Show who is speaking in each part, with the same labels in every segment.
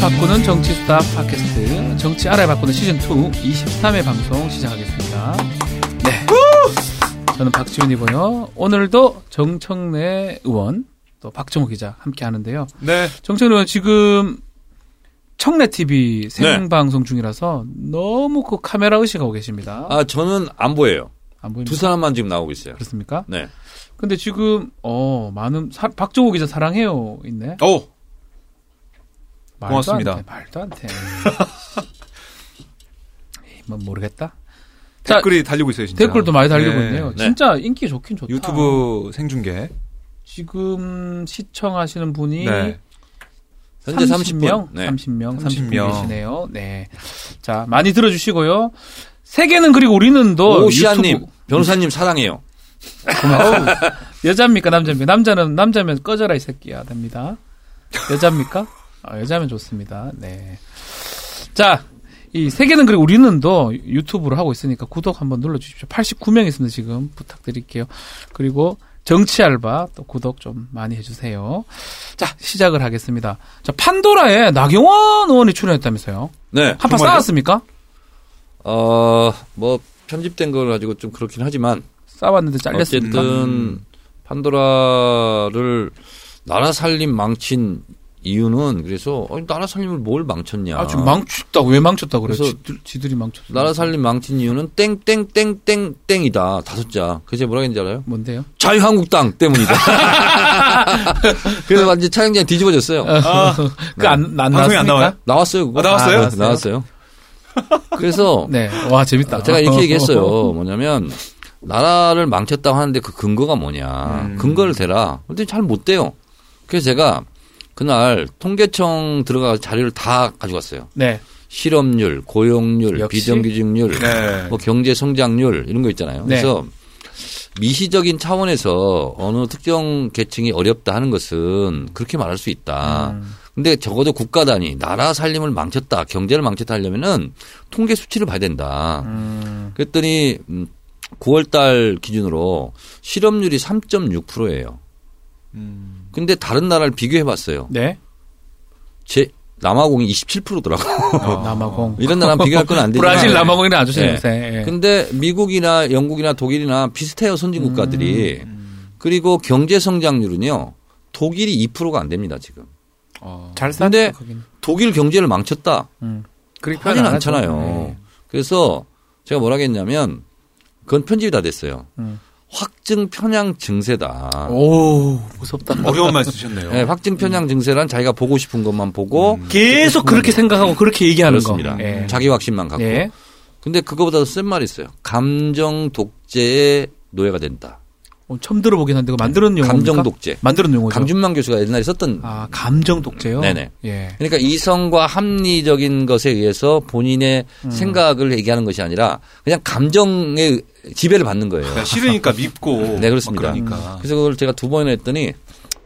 Speaker 1: 바꾸는 정치 스타 팟캐스트 정치 알아야 바꾸는 시즌 2 23회 방송 시작하겠습니다. 네. 저는 박지훈이고요. 오늘도 정청래 의원 또 박정호 기자 함께 하는데요.
Speaker 2: 네.
Speaker 1: 정청래 의원 지금 청래
Speaker 2: 네.
Speaker 1: TV 생방송 중이라서 너무 그 카메라 의식하고 계십니다.
Speaker 2: 아, 저는 안 보여요.
Speaker 1: 안 보입니다.
Speaker 2: 두 사람만 지금 나오고 있어요.
Speaker 1: 그렇습니까?
Speaker 2: 네.
Speaker 1: 근데 지금 어 많은 사- 박정호 기자 사랑해요 있네.
Speaker 3: 오,
Speaker 1: 말도
Speaker 3: 고맙습니다.
Speaker 1: 안 돼, 말도 안 돼. 에이, 뭐 모르겠다. 자,
Speaker 3: 댓글이 달리고 있어요, 진짜.
Speaker 1: 댓글도 많이 달리고
Speaker 3: 네.
Speaker 1: 있네요.
Speaker 2: 네.
Speaker 1: 진짜 인기 좋긴 좋다.
Speaker 3: 유튜브 생중계.
Speaker 1: 지금 시청하시는 분이
Speaker 3: 네.
Speaker 2: 현재 30 분.
Speaker 1: 30명,
Speaker 2: 네.
Speaker 1: 30명, 30분
Speaker 3: 30명.
Speaker 1: 계시네요. 네. 자, 많이 들어주시고요. 세계는 그리고 우리는 또
Speaker 2: 오시아님,
Speaker 1: 유튜브
Speaker 2: 변호사님 사랑해요.
Speaker 1: 고마워. 여자입니까 남자입니까? 남자는 남자면 꺼져라 이 새끼야 됩니다. 여자입니까? 아, 여자면 좋습니다. 네. 자, 이 세계는 그리고 우리는도 유튜브로 하고 있으니까 구독 한번 눌러주십시오. 89명 있습니다 지금 부탁드릴게요. 그리고 정치 알바 또 구독 좀 많이 해주세요. 자, 시작을 하겠습니다. 자, 판도라에 나경원 의원이 출연했다면서요?
Speaker 2: 네.
Speaker 1: 한판
Speaker 3: 정말요?
Speaker 1: 싸웠습니까?
Speaker 2: 어, 뭐 편집된 걸 가지고 좀 그렇긴 하지만
Speaker 1: 싸웠는데 잘렸습니까? 음.
Speaker 2: 어쨌든 판도라를 나라 살림 망친 이유는 그래서 아니, 나라 살림을 뭘 망쳤냐.
Speaker 1: 아, 지금 망쳤다. 왜 망쳤다 그래?
Speaker 2: 그래서
Speaker 1: 지들, 지들이 망쳤어.
Speaker 2: 나라 살림 망친 이유는 땡땡땡땡땡이다. 다섯 자. 그게 뭐라 했는지 알아요?
Speaker 1: 뭔데요?
Speaker 2: 자유한국당 때문이다. 그래서 완전 차영장이 뒤집어졌어요.
Speaker 3: 아,
Speaker 1: 그안 안
Speaker 3: 방송에
Speaker 1: 나왔습니까?
Speaker 3: 안 나와요?
Speaker 2: 나왔어요. 그거.
Speaker 3: 아, 나왔어요?
Speaker 2: 네, 나왔어요. 그래서
Speaker 1: 네. 와 재밌다.
Speaker 2: 아, 제가 이렇게 얘기했어요. 뭐냐면 나라를 망쳤다고 하는데 그 근거가 뭐냐.
Speaker 3: 음.
Speaker 2: 근거를 대라. 근데 잘 못 돼요. 그래서 제가 그날 통계청 들어가서 자료를 다 가져갔어요.
Speaker 1: 네.
Speaker 2: 실업률, 고용률,
Speaker 1: 역시.
Speaker 2: 비정규직률,
Speaker 3: 네.
Speaker 2: 뭐 경제 성장률 이런 거 있잖아요.
Speaker 1: 네.
Speaker 2: 그래서 미시적인 차원에서 어느 특정 계층이 어렵다 하는 것은 그렇게 말할 수 있다.
Speaker 1: 음.
Speaker 2: 근데 적어도 국가 단위 나라 살림을 망쳤다 경제를 망쳤다 하려면은 통계 수치를 봐야 된다
Speaker 1: 음.
Speaker 2: 그랬더니 9월달 기준으로 실업률이 3.6%예요
Speaker 3: 음.
Speaker 2: 근데 다른 나라를 비교해봤어요
Speaker 1: 네.
Speaker 2: 제 남아공이 27%더라고
Speaker 3: 어.
Speaker 1: 남아공.
Speaker 2: 이런 나라랑 비교할 건 안 되지만
Speaker 1: 브라질 남아공이랑 아주
Speaker 2: 예.
Speaker 1: 재밌어요. 예.
Speaker 2: 근데 미국이나 영국이나 독일이나 비슷해요 선진 국가들이
Speaker 3: 음.
Speaker 2: 그리고 경제 성장률은요 독일이 2%가 안 됩니다 지금
Speaker 3: 어.
Speaker 1: 잘
Speaker 2: 근데-
Speaker 1: 쌌죠, 거긴.
Speaker 2: 독일 경제를 망쳤다
Speaker 1: 음. 그러니까
Speaker 2: 하진
Speaker 1: 안 하죠.
Speaker 2: 않잖아요.
Speaker 1: 네.
Speaker 2: 그래서 제가 뭐라 했냐면 그건 편집이 다 됐어요.
Speaker 1: 음.
Speaker 2: 확증 편향 증세다.
Speaker 1: 오 무섭다.
Speaker 3: 어려운 말 쓰셨네요.
Speaker 2: 네, 확증 편향 증세란 자기가 보고 싶은 것만 보고
Speaker 1: 음. 계속 그렇게 생각하고 그렇게 얘기하는
Speaker 2: 음, 그렇습니다.
Speaker 1: 거. 예.
Speaker 2: 음, 자기 확신만 갖고.
Speaker 1: 예.
Speaker 2: 근데 그거보다 더 센 말이 있어요. 감정 독재의 노예가 된다.
Speaker 1: 어, 처음 들어보긴 한데 그 만드는 용어.
Speaker 2: 감정 독재.
Speaker 1: 만드는 용어죠.
Speaker 2: 강준만 교수가 옛날에 썼던
Speaker 1: 아 감정 독재요.
Speaker 2: 네네.
Speaker 1: 예.
Speaker 2: 그러니까 이성과 합리적인 것에 의해서 본인의 생각을 얘기하는 것이 아니라 그냥 감정의 지배를 받는 거예요.
Speaker 3: 그러니까 싫으니까 밉고.
Speaker 2: 네, 그렇습니다.
Speaker 3: 막 그러니까.
Speaker 2: 그래서 그걸 제가 두 번이나 했더니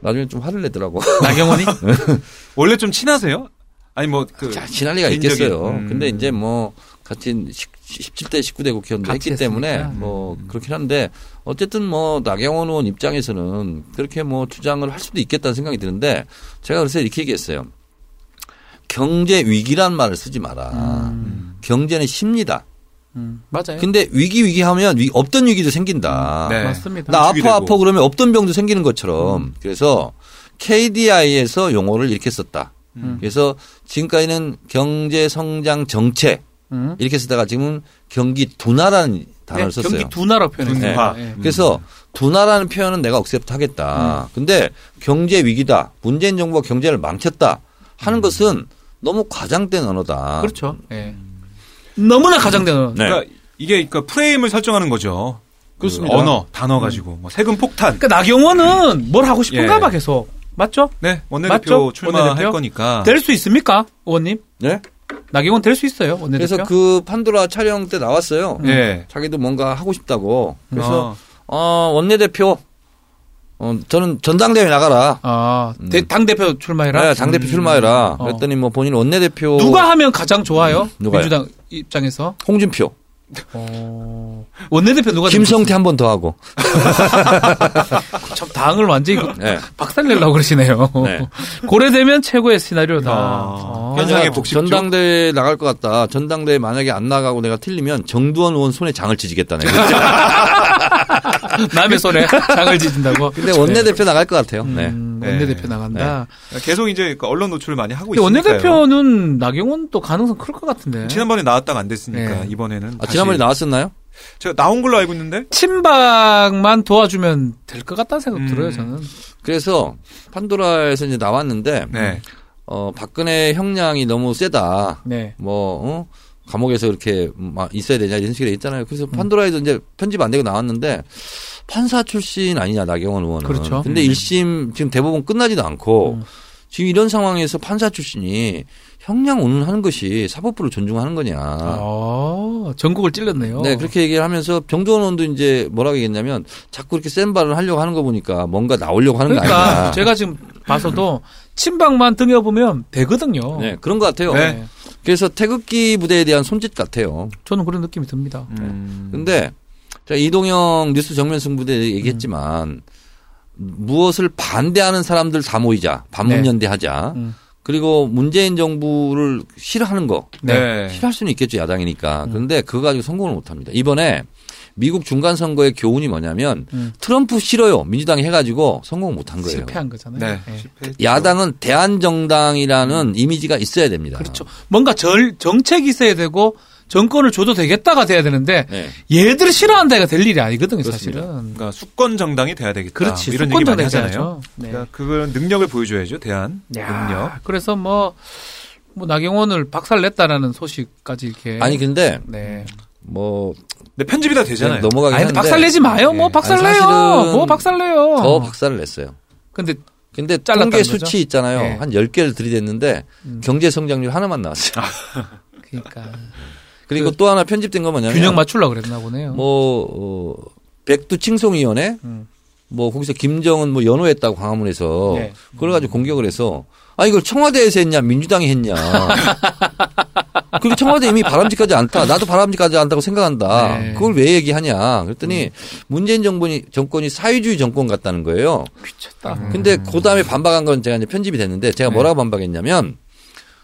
Speaker 2: 나중에 좀 화를 내더라고.
Speaker 3: 그
Speaker 1: 음. 나경원이
Speaker 3: 원래 좀 친하세요? 아니, 뭐, 그.
Speaker 2: 자, 친할 리가
Speaker 3: 개인적인,
Speaker 2: 있겠어요.
Speaker 3: 음.
Speaker 2: 근데 이제 뭐 같이 17대 19대 국회의원도
Speaker 1: 같이
Speaker 2: 했기 때문에
Speaker 1: 했으니까.
Speaker 2: 뭐 그렇긴 한데 어쨌든 뭐 나경원 의원 입장에서는 그렇게 뭐 주장을 할 수도 있겠다는 생각이 드는데 제가 그래서 이렇게 얘기했어요. 경제 위기란 말을 쓰지 마라.
Speaker 3: 음.
Speaker 2: 경제는 심리다.
Speaker 1: 음, 맞아요.
Speaker 2: 아. 네. 근데 위기 위기 하면 위- 없던 위기도 생긴다.
Speaker 3: 네.
Speaker 1: 맞습니다.
Speaker 2: 나
Speaker 3: 단축이
Speaker 2: 아파 아파
Speaker 3: 되고.
Speaker 2: 그러면 없던 병도 생기는 것처럼
Speaker 1: 음.
Speaker 2: 그래서 KDI에서 용어를 이렇게 썼다.
Speaker 1: 음.
Speaker 2: 그래서 지금까지는 경제 성장 정체
Speaker 1: 음.
Speaker 2: 이렇게 쓰다가 지금은 경기 둔화라는 단어를
Speaker 1: 네,
Speaker 2: 썼어요.
Speaker 1: 경기 두 나라 표현했어요.
Speaker 3: 둔화.
Speaker 1: 예.
Speaker 2: 그래서 둔화라는 표현은 내가 억셉트 하겠다.
Speaker 1: 음.
Speaker 2: 근데 경제 위기다. 문재인 정부가 경제를 망쳤다 하는 것은 너무 과장된 언어다.
Speaker 1: 음. 그렇죠. 예. 너무나 가장되는
Speaker 2: 네.
Speaker 3: 그러니까 이게 그러니까 프레임을 설정하는 거죠. 그
Speaker 2: 그렇습니다.
Speaker 3: 언어, 단어 가지고. 뭐 세금 폭탄.
Speaker 1: 그러니까 나경원은 뭘 하고 싶은가
Speaker 3: 예.
Speaker 1: 봐 계속 맞죠?
Speaker 3: 네,
Speaker 1: 맞죠?
Speaker 3: 원내대표 출마할
Speaker 1: 원내대표?
Speaker 3: 거니까.
Speaker 1: 될 수 있습니까, 의원님?
Speaker 2: 네?
Speaker 1: 나경원 될 수 있어요, 원내대표?
Speaker 2: 그래서 그 판도라 촬영 때 나왔어요.
Speaker 1: 음.
Speaker 3: 예.
Speaker 2: 자기도 뭔가 하고 싶다고. 그래서
Speaker 3: 어.
Speaker 2: 어, 원내대표. 어, 저는 전당대회 나가라.
Speaker 1: 아,
Speaker 2: 음.
Speaker 1: 대- 당 대표 출마해라.
Speaker 2: 네, 당대표 출마해라.
Speaker 1: 어.
Speaker 2: 그랬더니 뭐 본인 원내대표.
Speaker 1: 누가 하면 가장 좋아요?
Speaker 2: 누가요?
Speaker 1: 민주당 입장에서
Speaker 2: 홍준표.
Speaker 1: 어... 원내대표 누가
Speaker 2: 김성태 한 번 더 하고.
Speaker 1: 되겠어요? 참 당을 완전히 그
Speaker 2: 예.
Speaker 1: 박살내려고 그러시네요.
Speaker 2: 네.
Speaker 1: 고래되면 최고의 시나리오다.
Speaker 3: 아,
Speaker 1: 아,
Speaker 3: 현장의
Speaker 2: 그러니까
Speaker 3: 복식조.
Speaker 2: 전당대회 나갈 것 같다. 전당대회 만약에 안 나가고 내가 틀리면 정두원 의원 손에 장을 지지겠다. 내가.
Speaker 1: 남의 손에 장을 지진다고.
Speaker 2: 근데 원내대표 나갈 것 같아요. 네.
Speaker 1: 음,
Speaker 3: 네.
Speaker 1: 원내대표 나간다.
Speaker 3: 계속 이제 그 언론 노출을 많이 하고
Speaker 1: 근데
Speaker 3: 있으니까요.
Speaker 1: 원내대표는 나경원 또 가능성 클 것 같은데.
Speaker 3: 지난번에 나왔다가 안 됐으니까
Speaker 1: 네.
Speaker 3: 이번에는
Speaker 2: 아, 지난번에
Speaker 3: 다시-
Speaker 2: 나왔었나요?
Speaker 3: 제가 나온 걸로 알고 있는데
Speaker 1: 음, 친박만 도와주면 될 것 같다는 생각
Speaker 3: 음.
Speaker 1: 들어요, 저는.
Speaker 2: 그래서 판도라에서 이제 나왔는데
Speaker 3: 네.
Speaker 2: 어, 박근혜 형량이 너무 세다.
Speaker 1: 네.
Speaker 2: 뭐 어? 감옥에서 이렇게 막 있어야 되냐 이런 식으로 있잖아요. 그래서 판도라에서 이제 편집 안 되고 나왔는데 판사 출신 아니냐 나경원 의원은.
Speaker 1: 그렇죠.
Speaker 2: 근데
Speaker 3: 음.
Speaker 2: 일심 지금 대법원 끝나지도 않고
Speaker 1: 음.
Speaker 2: 지금 이런 상황에서 판사 출신이 형량 운운하는 것이 사법부를 존중하는 거냐.
Speaker 1: 어, 전국을 찔렀네요.
Speaker 2: 아. 네, 그렇게 얘기를 하면서 병조원 의원도 이제 뭐라고 얘기했냐면 자꾸 이렇게 센 발언 하려고 하는 거 보니까 뭔가 나오려고 하는 거
Speaker 1: 그러니까
Speaker 2: 아니냐.
Speaker 1: 제가 지금 봐서도 친박만 등에 보면 되거든요.
Speaker 2: 네, 그런 것 같아요.
Speaker 3: 네.
Speaker 2: 그래서 태극기 부대에 대한 손짓 같아요.
Speaker 1: 저는 그런 느낌이 듭니다.
Speaker 3: 음.
Speaker 2: 근데 제가 이동영 뉴스 정면 승부대 얘기했지만 무엇을 반대하는 사람들 다 모이자. 반문연대 하자.
Speaker 1: 음.
Speaker 2: 그리고 문재인 정부를 싫어하는 거.
Speaker 3: 네.
Speaker 2: 싫어할 수는 있겠죠 야당이니까.
Speaker 1: 음.
Speaker 2: 그런데 그거 가지고 성공을 못합니다. 이번에 미국 중간 선거의 교훈이 뭐냐면
Speaker 1: 음.
Speaker 2: 트럼프 싫어요 민주당이 해가지고 성공 을 못한 거예요.
Speaker 1: 실패한 거잖아요.
Speaker 3: 네.
Speaker 1: 예.
Speaker 3: 실패했죠.
Speaker 2: 야당은 대한정당이라는 이미지가 있어야 됩니다.
Speaker 1: 음. 그렇죠. 뭔가 절, 정책이 있어야 되고 정권을 줘도 되겠다가 돼야 되는데
Speaker 2: 네.
Speaker 1: 얘들 싫어한다가 될 일이 아니거든요,
Speaker 2: 그렇습니다.
Speaker 1: 사실은.
Speaker 3: 그러니까 수권 정당이 돼야 되겠다.
Speaker 1: 그렇지.
Speaker 3: 뭐 이런 얘기
Speaker 1: 수권
Speaker 3: 많이
Speaker 1: 정당이
Speaker 3: 하잖아요.
Speaker 1: 돼야죠. 네.
Speaker 3: 그러니까 그걸 능력을 보여줘야죠. 대한 능력.
Speaker 1: 야, 그래서 뭐, 뭐 나경원을 박살냈다라는 소식까지 이렇게.
Speaker 2: 아니 그 근데
Speaker 1: 네.
Speaker 2: 뭐
Speaker 3: 근데 편집이 다
Speaker 2: 그냥
Speaker 3: 되잖아요.
Speaker 2: 넘어가긴
Speaker 1: 아니, 근데
Speaker 2: 하는데 네.
Speaker 1: 박살내지 마요. 뭐
Speaker 3: 아니,
Speaker 1: 박살내요.
Speaker 2: 사실은
Speaker 1: 뭐 박살내요.
Speaker 2: 더 박살을 냈어요.
Speaker 1: 근데
Speaker 2: 근데
Speaker 1: 잘랐다는
Speaker 2: 통계
Speaker 1: 거죠?
Speaker 2: 수치 있잖아요.
Speaker 1: 네.
Speaker 2: 한 10개를 들이댔는데
Speaker 1: 음.
Speaker 2: 경제 성장률 하나만 나왔어요.
Speaker 1: 그러니까
Speaker 2: 그리고 또 하나 편집된 건 뭐냐면
Speaker 1: 균형 맞추려고 그랬나 보네요.
Speaker 2: 뭐 어, 백두 칭송위원회
Speaker 1: 음.
Speaker 2: 뭐 거기서 김정은 뭐 연호했다고 광화문에서
Speaker 1: 네.
Speaker 2: 그래가지고 공격을 해서 아 이걸 청와대에서 했냐 민주당이 했냐 그리고 청와대 이미 바람직하지 않다 나도 바람직하지 않다고 생각한다
Speaker 1: 네. 음.
Speaker 2: 그걸 왜 얘기하냐 그랬더니 문재인 정권이 정권이 사회주의 정권 같다는 거예요
Speaker 1: 미쳤다.
Speaker 2: 근데 그 다음에 반박한 건 제가 이제 편집이 됐는데 제가
Speaker 1: 네.
Speaker 2: 뭐라고 반박했냐면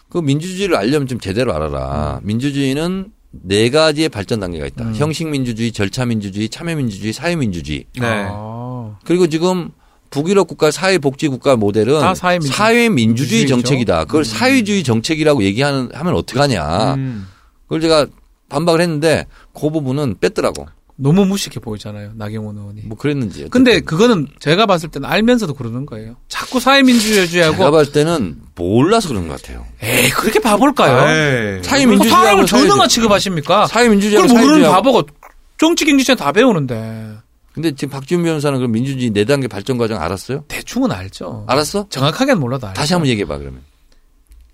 Speaker 2: 그 민주주의를 알려면 좀 제대로 알아라. 민주주의는 네 가지의 발전 단계가 있다.
Speaker 1: 음.
Speaker 2: 형식 민주주의, 절차 민주주의, 참여 민주주의, 사회 민주주의.
Speaker 3: 네.
Speaker 1: 아,
Speaker 2: 그리고 지금 북유럽 국가 사회 복지 국가 모델은
Speaker 1: 다 사회민주주의.
Speaker 2: 민주주의
Speaker 1: 민주주의죠. 음.
Speaker 2: 정책이다. 그걸 사회주의 정책이라고 얘기하는 하면 어떡하냐.
Speaker 3: 음.
Speaker 2: 그걸 제가 반박을 했는데 그 부분은 뺐더라고.
Speaker 1: 너무 무식해 보이잖아요. 나경원 의원이.
Speaker 2: 뭐 그랬는지.
Speaker 1: 근데 그거는 제가 봤을 때는 알면서도 그러는 거예요. 자꾸 사회민주주의하고
Speaker 2: 제가 봤을 때는 몰라서 그런 것 같아요.
Speaker 1: 에이 그렇게 바볼까요?
Speaker 3: 에이.
Speaker 2: 아, 네. 사회
Speaker 1: 그리고 사람을
Speaker 2: 민주주의하고
Speaker 1: 존엄한 취급하십니까?
Speaker 2: 사회 민주주의하고
Speaker 1: 아, 그걸 모르는
Speaker 2: 사회주의하고
Speaker 1: 바보가 정치 경기시험 다 배우는데
Speaker 2: 근데 지금 박지훈 변호사는 그럼 민주주의 네단계 발전 과정 알았어요?
Speaker 1: 대충은 알죠.
Speaker 2: 알았어?
Speaker 1: 정확하게는 몰라도 알죠.
Speaker 2: 다시 한번 얘기해봐, 그러면.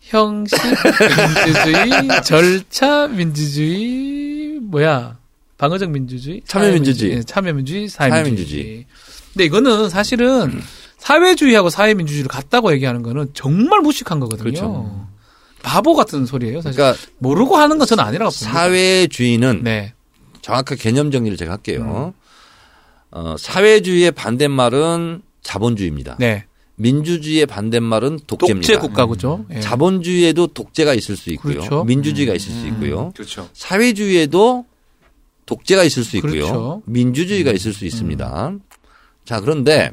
Speaker 1: 형식 민주주의, 절차 민주주의, 뭐야 방어적 민주주의,
Speaker 2: 참여민주주의.
Speaker 1: 사회민주주의, 예, 참여민주주의, 사회민주주의. 근데 이거는
Speaker 2: 음.
Speaker 1: 사실은 사회주의하고 사회민주주의를 같다고 얘기하는 거는 정말 무식한 거거든요.
Speaker 2: 그렇죠.
Speaker 1: 바보 같은 소리예요. 사실
Speaker 2: 그러니까
Speaker 1: 모르고 하는 건 저는 아니라고 봅니다.
Speaker 2: 사회주의는
Speaker 1: 네, 음.
Speaker 2: 정확한 개념 정리를 제가 할게요. 어, 사회주의의 반대말은 자본주의입니다.
Speaker 1: 네,
Speaker 2: 민주주의의 반대말은 음. 독재입니다.
Speaker 1: 독재 국가고죠. 예.
Speaker 2: 자본주의에도 독재가 있을 수 있고요.
Speaker 1: 그렇죠. 음.
Speaker 2: 민주주의가 있을 수 있고요.
Speaker 3: 그렇죠.
Speaker 2: 사회주의에도 독재가 있을 수 있고요.
Speaker 1: 그렇죠. 음.
Speaker 2: 민주주의가 있을 수 있습니다. 자, 그런데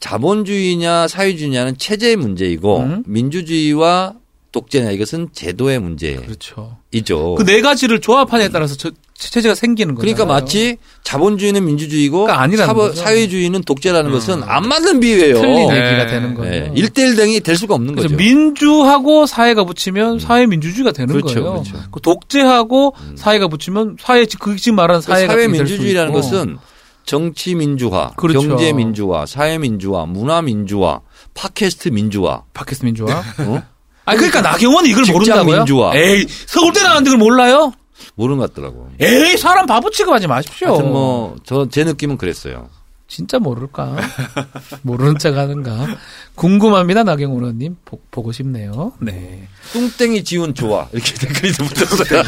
Speaker 2: 자본주의냐 사회주의냐는 체제의 문제이고
Speaker 1: 음.
Speaker 2: 민주주의와 독재냐 이것은 제도의
Speaker 1: 그렇죠.
Speaker 2: 문제이죠.
Speaker 1: 그 네 가지를 조합하냐에 따라서 저- 체제가 생기는 거예요.
Speaker 2: 뭐. 그러니까 마치 자본주의는 민주주의고
Speaker 1: 그러니까 아니라는
Speaker 2: 사보-
Speaker 1: 거죠. 음.
Speaker 2: 사회주의는 독재라는 것은 안 맞는 비유예요.
Speaker 1: 틀린
Speaker 2: 네.
Speaker 1: 얘기가
Speaker 3: 네.
Speaker 1: 되는 거예요.
Speaker 2: 일대일 대응이 될 수가 없는
Speaker 1: 그래서
Speaker 2: 거죠. 음.
Speaker 1: 민주하고 사회가 붙이면 사회민주주의가 되는
Speaker 2: 그렇죠,
Speaker 1: 거예요.
Speaker 2: 그렇죠.
Speaker 1: 그 독재하고 사회가 붙이면 사회 그 지금 말하는
Speaker 2: 그
Speaker 1: 사회가
Speaker 2: 사회민주주의라는 것은 정치 민주화,
Speaker 1: 그렇죠.
Speaker 2: 경제 민주화, 사회 민주화, 문화 민주화, 팟캐스트 민주화,
Speaker 1: 바켓스 민주화.
Speaker 2: 어?
Speaker 1: 아 그러니까 나경원이 이걸
Speaker 2: 직장
Speaker 1: 모른다고요?
Speaker 2: 민주화.
Speaker 1: 에이 서울대 나왔는데 그걸 몰라요?
Speaker 2: 모르는 것 같더라고. 뭐
Speaker 1: 에이 사람 바보 취급하지 마십시오.
Speaker 2: 하여튼 뭐 저 제 느낌은 그랬어요.
Speaker 1: 진짜 모를까? 모르는 척 하는가? 궁금합니다, 나경원 의원님. 보, 보고 싶네요. 네.
Speaker 2: 뚱땡이 지훈 좋아 이렇게 댓글이 붙었어요.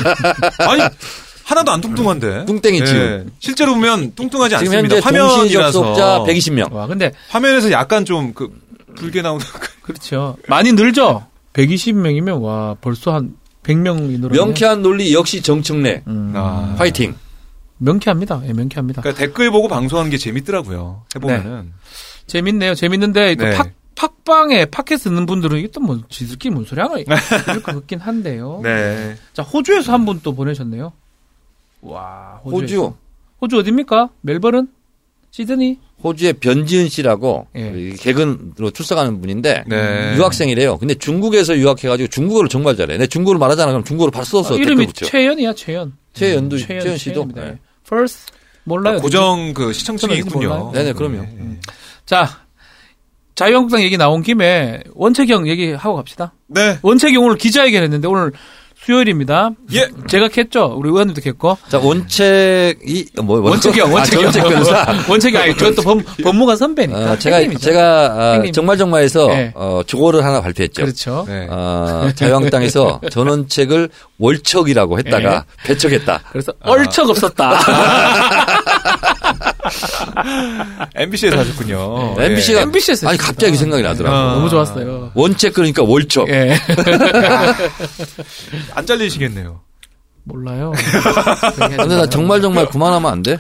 Speaker 3: 아니 하나도 안 뚱뚱한데.
Speaker 2: 음. 뚱땡이
Speaker 3: 예.
Speaker 2: 지훈.
Speaker 3: 실제로 보면 뚱뚱하지
Speaker 2: 지금
Speaker 3: 않습니다.
Speaker 2: 현재 동시
Speaker 3: 화면이라서
Speaker 2: 접속자 120명.
Speaker 1: 와, 근데,
Speaker 3: 화면에서 약간 좀 그 붉게 나오는
Speaker 1: 그렇죠. 많이 늘죠? 120명이면, 와, 벌써 한 100명이 늘었네.
Speaker 2: 명쾌한 논리 역시 정청래
Speaker 1: 음,
Speaker 3: 아.
Speaker 2: 화이팅.
Speaker 1: 명쾌합니다. 예, 명쾌합니다.
Speaker 3: 그러니까 댓글 보고 방송하는 게 재밌더라고요. 해보면은
Speaker 1: 재밌네요. 재밌는데 또
Speaker 3: 네.
Speaker 1: 팍, 팍방에 팟캐 쓰는 분들은 이게 또 뭐, 지들끼리 뭔 소리 하나 이럴 것 같긴 한데요.
Speaker 3: 네.
Speaker 1: 자, 호주에서 한 분 또 보내셨네요. 와, 호주에서.
Speaker 2: 호주
Speaker 1: 호주 어딥니까? 멜버른? 시드니?
Speaker 2: 호주의 변지은 씨라고
Speaker 1: 예.
Speaker 2: 이 개근으로 출석하는 분인데
Speaker 3: 네.
Speaker 2: 유학생이래요. 근데 중국에서 유학해가지고 중국어를 정말 잘해. 내 중국어를 말하잖아. 그럼 중국어를 바로 써서
Speaker 1: 아,
Speaker 2: 댓글
Speaker 1: 이름이
Speaker 2: 붙여.
Speaker 1: 최연이야, 최연. 음,
Speaker 2: 최연도
Speaker 1: 최연,
Speaker 2: 최연 씨도.
Speaker 1: 최연입니다. 예.
Speaker 2: 네.
Speaker 1: First? 몰라요.
Speaker 3: 고정 그 시청층이
Speaker 1: 저는 이거
Speaker 3: 있군요.
Speaker 1: 몰라요.
Speaker 2: 네네, 그럼요.
Speaker 3: 네.
Speaker 1: 자, 자유한국당 얘기 나온 김에 원채경 얘기하고 갑시다.
Speaker 3: 네.
Speaker 1: 원채경 오늘 기자회견 했는데 오늘 수요일입니다.
Speaker 3: 예.
Speaker 1: 제가 캤죠? 우리 의원님도 캤고.
Speaker 2: 자 원책이 뭐 뭐라고?
Speaker 1: 원채경, 원채경.
Speaker 2: 아, 전원책 변호사.
Speaker 1: 원채경. 아니, 저또 법, 법무관 선배니까.
Speaker 2: 어, 제가
Speaker 1: 선생님이죠.
Speaker 2: 제가 아,
Speaker 1: 선생님.
Speaker 2: 정말 정말에서
Speaker 1: 네.
Speaker 2: 어, 조고를 하나 발표했죠.
Speaker 1: 그렇죠.
Speaker 3: 네.
Speaker 2: 어, 자유한국당에서 전원책을 월척이라고 했다가 배척했다.
Speaker 1: 그래서 얼척 없었다.
Speaker 3: MBC에서 하셨군요. 예.
Speaker 2: MBC가
Speaker 1: MBC 에서
Speaker 2: 그러니까 아니
Speaker 1: 했습니다.
Speaker 2: 갑자기 그 생각이 나더라고.
Speaker 3: 아.
Speaker 2: 요
Speaker 1: 너무 좋았어요.
Speaker 2: 원책 그러니까 월척.
Speaker 1: 예.
Speaker 3: 예. 안 잘리시겠네요.
Speaker 1: 몰라요.
Speaker 2: 근데 나 정말 정말 그만하면 안 돼?